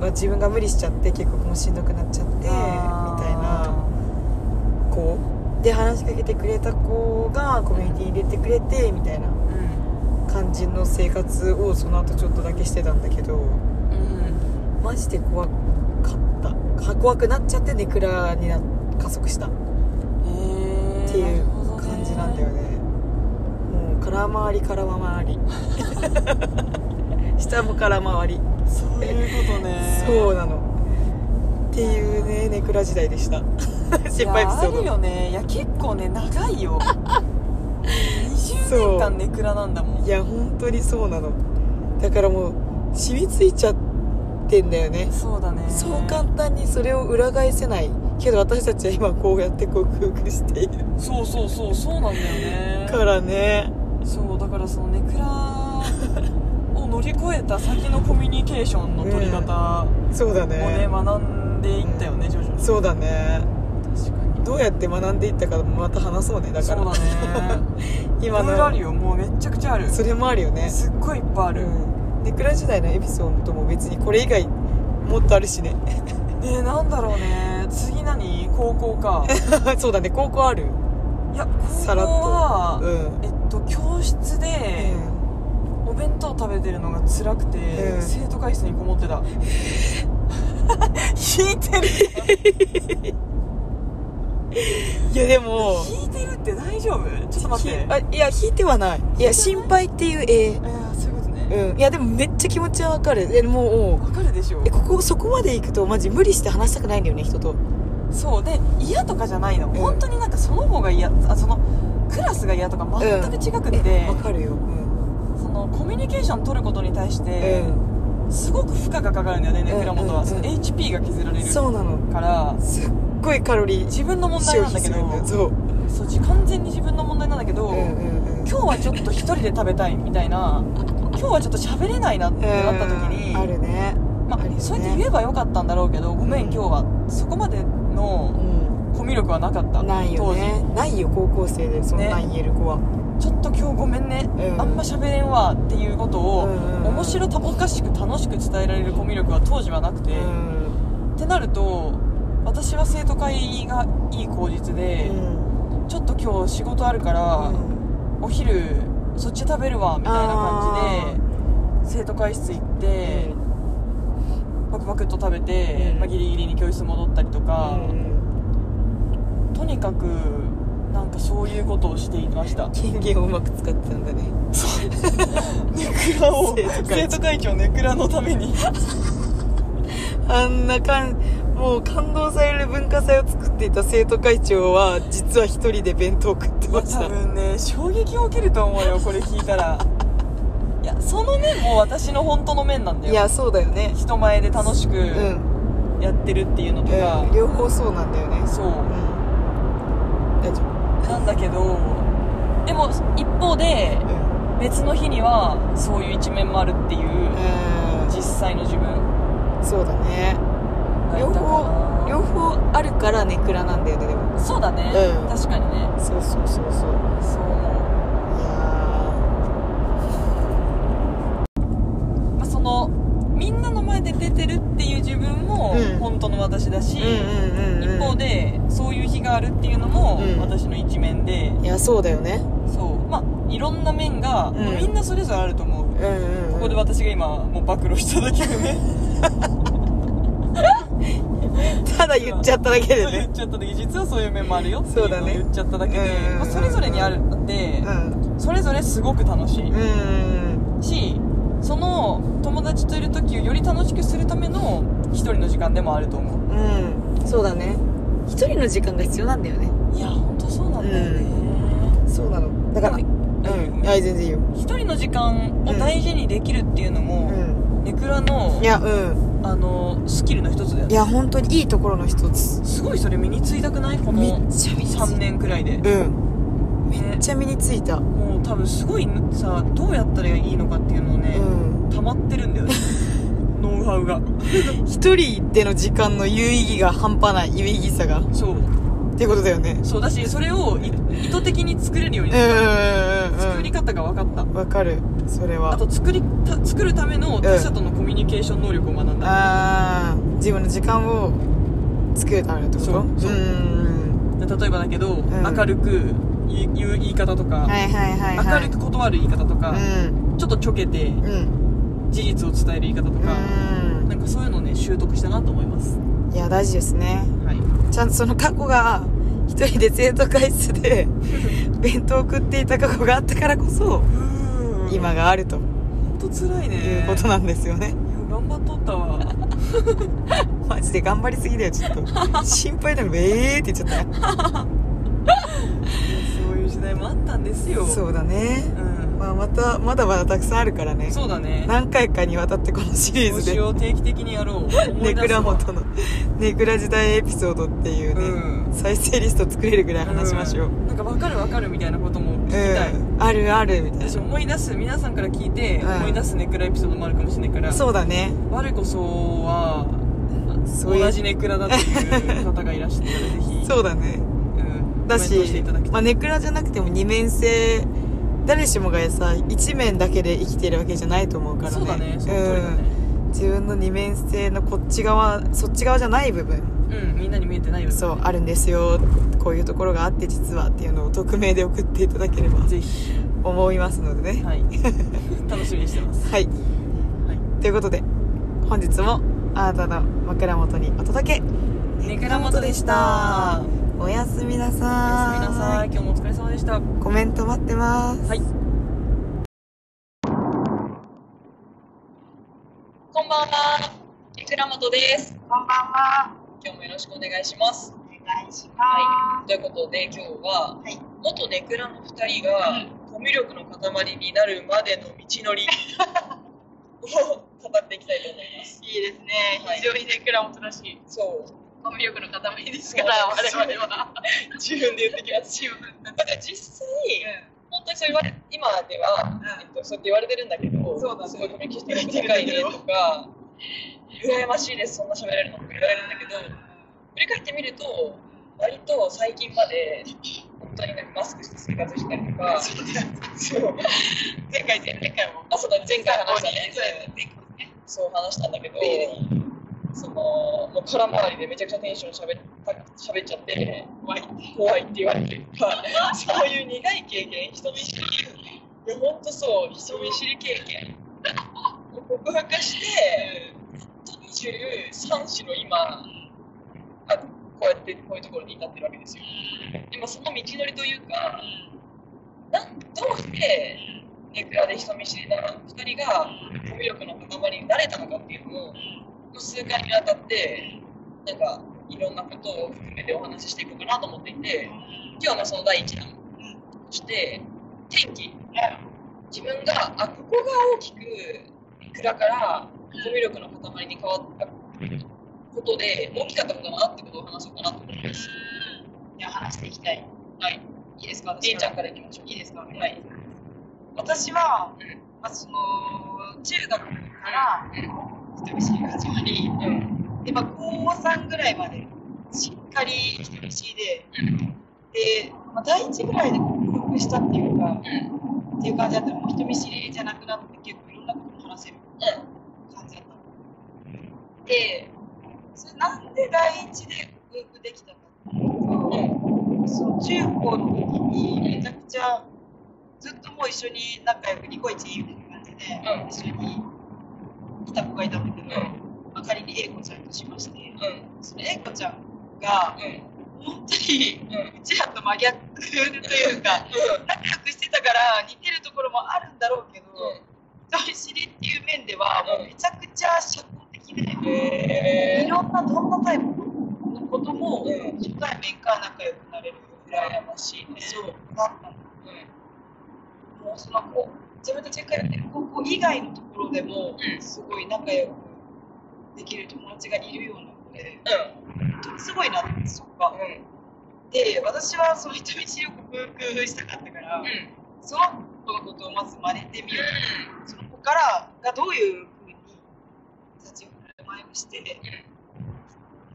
まあ自分が無理しちゃって結局もうしんどくなっちゃってみたいな子で話しかけてくれた子がコミュニティ入れてくれてみたいなみたいな感じの生活をその後ちょっとだけしてたんだけどうんマジで怖かったか怖くなっちゃってネクラにな加速したうんへえっていう感じなんだよねもう空回り空回り 下も空回りそういうことねそうなのっていうねネクラ時代でした失敗エピソいやあるードよねいや結構ね長いよ20年間ネクラなんだもんいや本当にそうなのだからもう染みついちゃってんだよねそうだねそう簡単にそれを裏返せないけど私たちは今こうやって克服しているそうそうそうそうなんだよねからねそうだからそのネクラを乗り越えた先のコミュニケーションの取り方をそうだねね学んでいったよね徐々にそうだね確かにどうやって学んでいったかまた話そうねだそかうらだね 今いろいろあるのよもうめちゃくちゃあるそれもあるよねすっごいいっぱいあうる、んネクラ時代のエピソードも別にこれ以外もっとあるしね でなんだろうね次何高校かそうだね高校あるいやさ高らっ校とは、うんえっと教室でお弁当食べてるのが辛くて、うん生徒会室にこもってた 引いてるいやでも引いてるって大丈夫ちょっと待ってひあいや引いてはないいや心配っていうえいやそういうことねうんいやでもめっちゃ気持ちはわかるえもうわかるでしょえここそこまで行くとマジ無理して話したくないんだよね人とそうで嫌とかじゃないの、ん本当になんかその子が嫌あそのクラスが嫌とか全く違くて、わかるようんそのコミュニケーション取ることに対しうて、んすごく負荷がかかるんだよね、うんネクラモトは、うんその HP が削られるそうなのからすっごいカロリー自分の問題消なんだ費けすどるんだよそうそうじ完全に自分の問題なんだけど、うんうんうん今日はちょっと一人で食べたいみたいな今日はちょっと喋れないなってなった時に、うんあるねまあるよねそうやって言えばよかったんだろうけどごめんうん今日はそこまでうのんコミュ力はなかったないよねないよ高校生でそんなん言える子は当時ちょっと今日ごめんね、うんあんま喋れんわっていうことを、うんうんうん面白たおかしく楽しく伝えられるコミュ力は当時はなくて、うんってなると私は生徒会がいい口実で、ちょっと今日仕事あるから、お昼そっち食べるわみたいな感じで生徒会室行って、パクパクっと食べて、うんまあ、ギリギリに教室戻ったりとか、とにかくなんかそういうことをしていました権限をうまく使ってたんだねネクラを生徒会長生徒会長ネクラのためにあんなかんもう感動される文化祭を作っていた生徒会長は実は一人で弁当を食ってまし多た分ね衝撃を受けると思うよこれ聞いたらいやその面も私の本当の面なんだいよやそうだよね人前で楽しくうん、うんやってるっていうのとか、両方そうなんだよねそううん大丈夫なんだけどでも一方でうん別の日にはそういう一面もあるっていうう実際の自分んそうだねがい両たか方な両方あるからネクラなんだよねでもそうだね、うん確かにねそうそうそうそうそう思いやう、まあ、そのみんなの前で出てるっていう自分もうん本当の私だし、ー一方でそういう日があるっていうのもうん私の一面で、いやそうだよねそうまあいろんな面が、んまあみんなそれぞれあると思う、うんうん、うん、ここで私が今もう暴露しただけでね ただ言っちゃっただけでそう言ねっちゃっただけ実はそういう面もあるよっていそうだうのをね言っちゃっただけでうんまあ、それぞれにあるんでうんそれぞれすごく楽しいうんしその友達といる時をより楽しくするための一人の時間でもあると思うんそうだね一人の時間が必要なんだよねういや本当そうなんだよね、そうなのだからでうもんはい全然いいよ一人の時間を大事にできるっていうのうも、んネクラのいやうんあのスキルの一つだよいねや本当にいいところの一つすごいそれ身についたくないこめっのちゃ身についた3年くらいで、うんめねっちゃ身についたうもう多分すごいさどうやったらいいのかっていうのをね、ん溜まってるんだよ ねノウハウが一人での時間の有意義が半端ない有意義さがっそうてことだよねそうだしそれをい意図的に作れるよううにんなっうんた作り方が分かったうんわかるそれはあと作りた作るための他者とのコミュニケーション能力を学んだあー自分の時間を作るためのってことそうそうーんで例えばだけど、ん明るく言う言う言い方とか、はいはいはいはい明るく断る言い方とか、うんちょっとちょけてうん事実を伝える言い方とか、なんかそういうのをね習得したなと思いますうんいや大事ですね はいちゃんとその過去が一人で生徒会室で 弁当を食っていた過去があったからこそ今があるとほんと辛いねいうことなんですよね、いや頑張っとったわマジで頑張りすぎだよちょっと心配だもんえーって言っちゃったねそういう時代もあったんですよそうだねう、んまあ、またまだまだたくさんあるからねそうだね何回かにわたってこのシリー募ズで集を定期的にやろう思ネい出クすラわ元のネクラ時代エピソードっていうね、うん再生リスト作れるぐらい話しましょう、んなんか分かる分かるみたいなことも聞きたい、うんあるあるみたい私思い出す皆さんから聞いてうん思い出すネクラエピソードもあるかもしれないから、なそうだね我こそはそういう同じネクラだっていう方がいらっしゃったらぜひそうだねうん、コメだントしてしいただきたい、まあ、ネクラじゃなくても二面性誰しもがさ一面だけで生きてるわけじゃないと思うからねそうだねその通りだねうん、自分の二面性のこっち側そっち側じゃない部分うん、みんなに見えてないよそうあるんですよこういうところがあって実はっていうのを匿名で送っていただければぜひ思いますのでねはい 楽しみにしてますはいはいということで本日もあなたの枕元にお届けネクラ元でしたおやすみなさおやすーいみなさい今日もお疲れ様でしたコメント待ってますはい。こんばんは。いくらもとです。こんばんは。今日もよろしくお願いします。お願い願いしまということで今日は、はい元ネクラの2人がコミュ力の塊になるまでの道のりを 語っていきたいと思いますす。いいですねはい非常にね、クラも正しいそうコミュ力の塊ですから、我々は。自分で言ってきます自分だから実際、本当にそう言われ今では、えっと、そうやって言われてるんだけどそうだねすごいコミュニケーション能力高いねとか羨ましいですそんな喋れるのとか言われるんだけど振り返ってみると割と最近まで本当になんかマスクして生活したりとかそう前回、前々回も。あそうだ前回話したねそうだよねそう話したんだけどぜひそのもう空回りでめちゃくちゃテンションしゃべっちゃって怖いって。怖いって言われてるとかそういう苦い経験人見知りいや本当そう人見知り経験を告白してやっと23歳の今あこうやってこういうところに至ってるわけですよ今その道のりというかなんどうしてネクラで人見知りな2人がコミュ力の塊になれたのかっていうのをこの数回にわたってなんかいろんなことを含めてお話ししていこうかなと思っていて今日のその第1弾として天気自分があここが大きく蔵からコミュ力の塊に変わったことで大きかったことだなってことを話そうかなと思います。いや、話していきたい。はい、いいですか、じいちゃんかからいきましょう。いいですか、ねはい。私は、うんまあ、その、中学から、人見知りが始まり、うんで、まあ、高3ぐらいまで、しっかり人見知りで、で、まあ、第一ぐらいで克服したっていうか、っていう感じだったら、もう人見知りじゃなくなって、結構いろんなことも話せる感じだったの。で、それなんで第一で克服できたかっていうと、その中高の時にめちゃくちゃずっともう一緒に仲良くニコイチみたいな感じでうん一緒にいた子がいたんだけど、まあ、仮に A 子ちゃんとしましてその A 子ちゃんが本当にうちらと真逆というか仲良くしてたから似てるところもあるんだろうけど人見知りっていう面ではもうめちゃくちゃ社交的でいろんなどんなタイプのことも初対面から仲良くなれるぐらい羨ましいね。そうだったのもうそのこう自分たちが通ってる高校以外のところでもうんすごい仲良くできる友達がいるようなので本当にすごいなってそこがで私はその人見知りを克服したかったから、その子のことをまず真似てみようその子からがどういうふうに立ち振る舞いをして、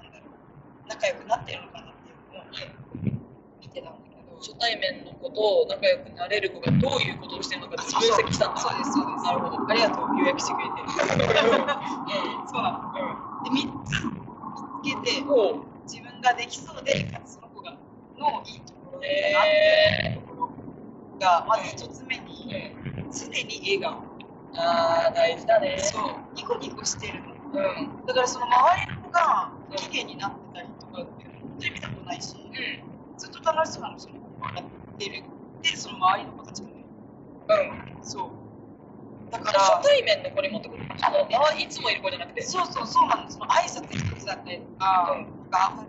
なんだろう仲良くなってるのかなっていうのを見てたんだけど初対面の子と仲良くなれる子がどういうことをしてるのかって分析したんだ。そうですそうですなるほどありがとう予約してくれてそうなので3つ見つけてこ自分ができそうでかつその子がのいいところうだなっていえうところがまず1つ目に常に笑顔ー、あー大事だね。そうニコニコしてるのうんうんだからその周りの子が不機嫌になってたりとかって本当に見たことないしずっと楽しそうなのその子がやってるでその周りの子たちもねうん。そうだから初対面の子にもってことか。あいつもいる子じゃなくて。そうそうそうなんです。その挨拶一つだったりとうか、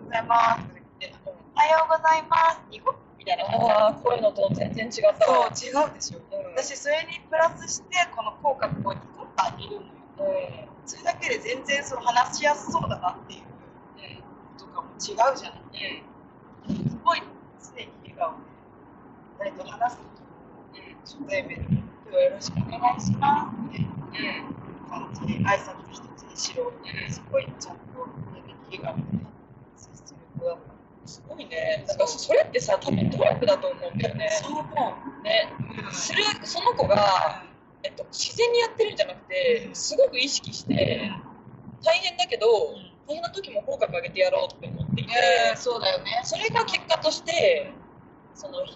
なんかおはようございますとか言って、おはようございます、ニコッみたいな感じああ声のトーン全然違ったわ。そう、違うでしょ。うん私、それにプラスして、この口角をニコッと上げるのよ。うそれだけで全然その話しやすそうだなっていうことかも違うじゃない。すごい常に笑顔で、誰と話すと、初対面で、今日よろしくお願いしますみたいな。んうんうん。感じで挨拶一つにしろすごいちゃんと手が接する子だっすごいね。なんかそれってさ、多分努力だと思うんだよねた。そう思うね。するその子が、えっと、自然にやってるんじゃなくて、うんすごく意識して、大変だけど、大変な時も口角上げてやろうって思っていて、そうだよねそれが結果として、その、現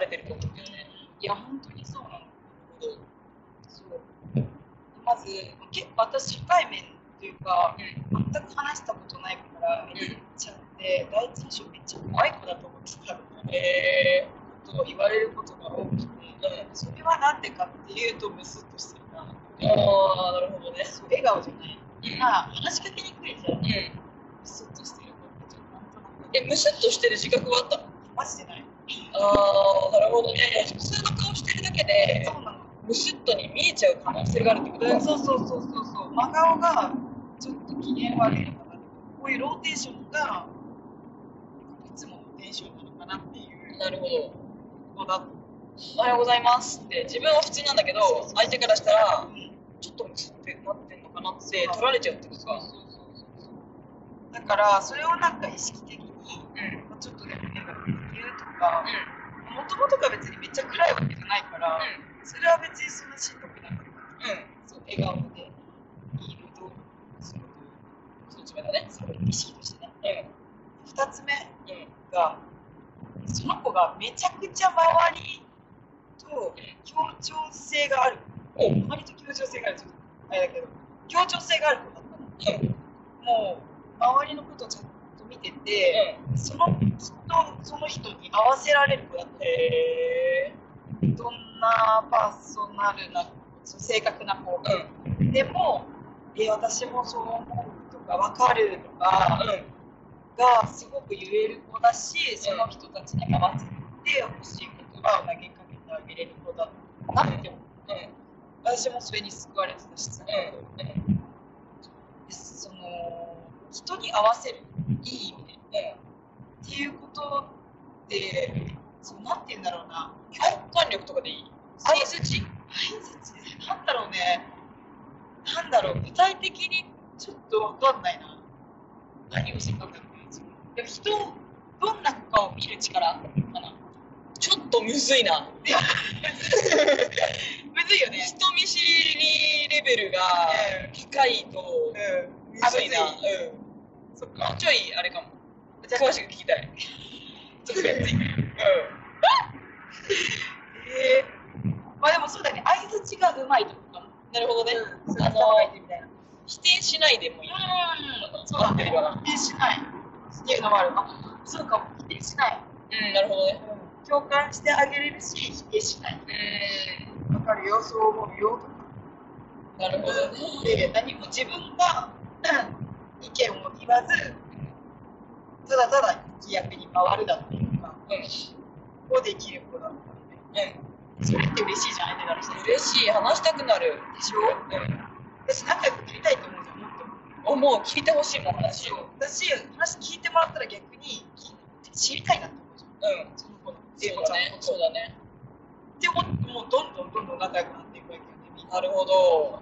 れてると思うんだよね。いや本当にそうなのそうまず結構私初対面というか全く話したことない子からめっちゃって第一印象めっちゃ怖い子だと思ってたのうん。えと言われることが多くてそれはなんでかっていうとムスッとしてるなー、ああ、なるほどね。そう笑顔じゃないうんまあ話しかけにくいじゃんうん。スッとしてる子ってちょっとなんとなくえ、むしっとしてる自覚はあったのマジでないああ、なるほどね。普通の顔してるだけで、そうなのむしっとに見えちゃう可能性があるってことだそうそうそうそうそう真顔がちょっと機嫌悪いのかなこういうローテーションがいつものテンションなのかなっていうなるほど。のだとおはようございますって、自分は普通なんだけど、相手からしたら、ちょっとむしってなってんのかなって、取られちゃうってことか。だからそれをなんか意識的に、まあちょっとでも目が向けるとかもともとが別にめっちゃ暗いわけじゃないから、それは別にそんなしんどくなかった、そう笑顔でいいのとそのそうつめだね。意識としてねう2つ目ん。うん。がその子がめちゃくちゃ周りと協調性があるおう割と協調性があるちょっとあれだけど協調性がある子だったのでもう周りのことをちゃんと見てて、その人その人に合わせられる子だったへどんなパーソナルな正確な子が、でもえ私もそう思うとか分かるとか、がすごく言える子だし、その人たちに合わせて欲しいことが投げかけてあげれる子だなって思って、私もそれに救われてたし、すごくでその人に合わせる、いい意味で、っていうことで、そうなんて言うんだろうな、共感力とかでいい相づちなんだろうね、なんだろう、具体的にちょっとわかんないな。何をせっかくだからでも人を、どんな子かを見る力かな。ちょっとむずいな。むずいよね。人見知りレベルが高いと、むずいな。あうむずいん。そっか。ちょい、あれかも。じゃあ詳しく聞きたい。ちょっとむずい。うん。えー、まあでもそうだね、相づちがうまいとかも。なるほどね。ああののみたいな。否定しないでもいい。うん、そうだね。否定しないっていうのもある。あ、そうかも、否定しない。うん、なるほどね。共感してあげれるし、否定しない。わかるよ、そう思うよとか。うん。なるほどね。で何も自分がうん意見を言わずただただ規約に回るだったりとかをできる子だったのでうそれって嬉しいじゃん相手からしたん。ら嬉しい。話したくなる。でしょ私仲良くなりたいと思うじゃんもっとうん。思う。聞いてほしいもん、話を。私話聞いてもらったら逆に知りたいなって思うじゃんうん。その子の聖そう子ちだゃねんの。ことそうだね。って思ってもうどんどんどんどん仲良くなっていくわけよねみんななるほど。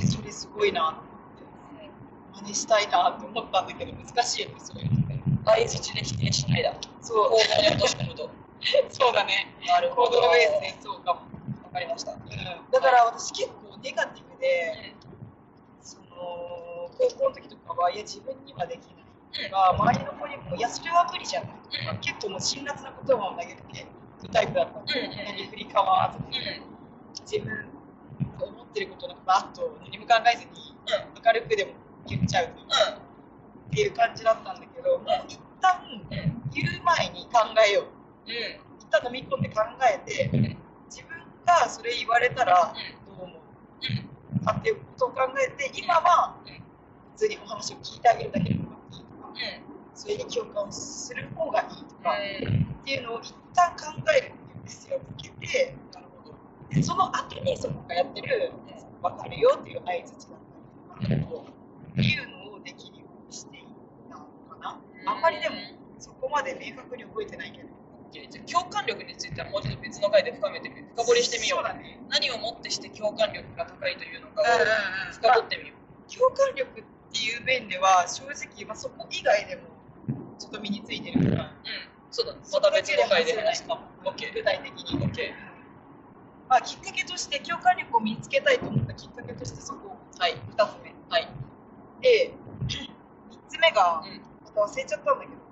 でそれすごいなって真似したいなって思ったんだけど難しいよねそれ相づちで否定しないだ。そ行う動に落とし込むと。そうだね。なる行ほ動ど。ベースでそうかも。わかりました。うん。だから私結構ネガティブで、その高校の時とかはいや自分にはできないとか、周りの子にもいやそれは無理じゃないとか、結構もう辛辣な言葉を投げてくタイプだったの。うんうん何振りかわずにう自分が思ってることなんかバッと何も考えずに明るくでも言っちゃうっていう感じだったんだけど、もう一旦ん。うん。言う前に考えよう。うん。一旦飲み込んで考えて、自分がそれ言われたらどう思う、かっていうことを考えて今はうん普通にお話を聞いてあげるだけの方がいいとかうそれに共感する方がいいとか、ん。うん。っていうのを一旦考えるっていうメスをつけてなるほどでその後にその子がやってる「分かるよ」っていう合図だったりとかっていうのをできるようにしていったのかなあんまりでもそこまで明確に覚えてないけど共感力についてはもうちょっと別の回で深めてみ深掘りしてみよそううだね何をもってして共感力が高いというのかをうん深掘ってみよ共感力っていう面では正直、まあ、そこ以外でもちょっと身についてるからう、うん、そうだまた別の回で話すかもオッケー具体的に、まあ、きっかけとして共感力を身につけたいと思ったきっかけとしてそこはい2つ目はいで3つ目がうんまた忘れちゃったんだけど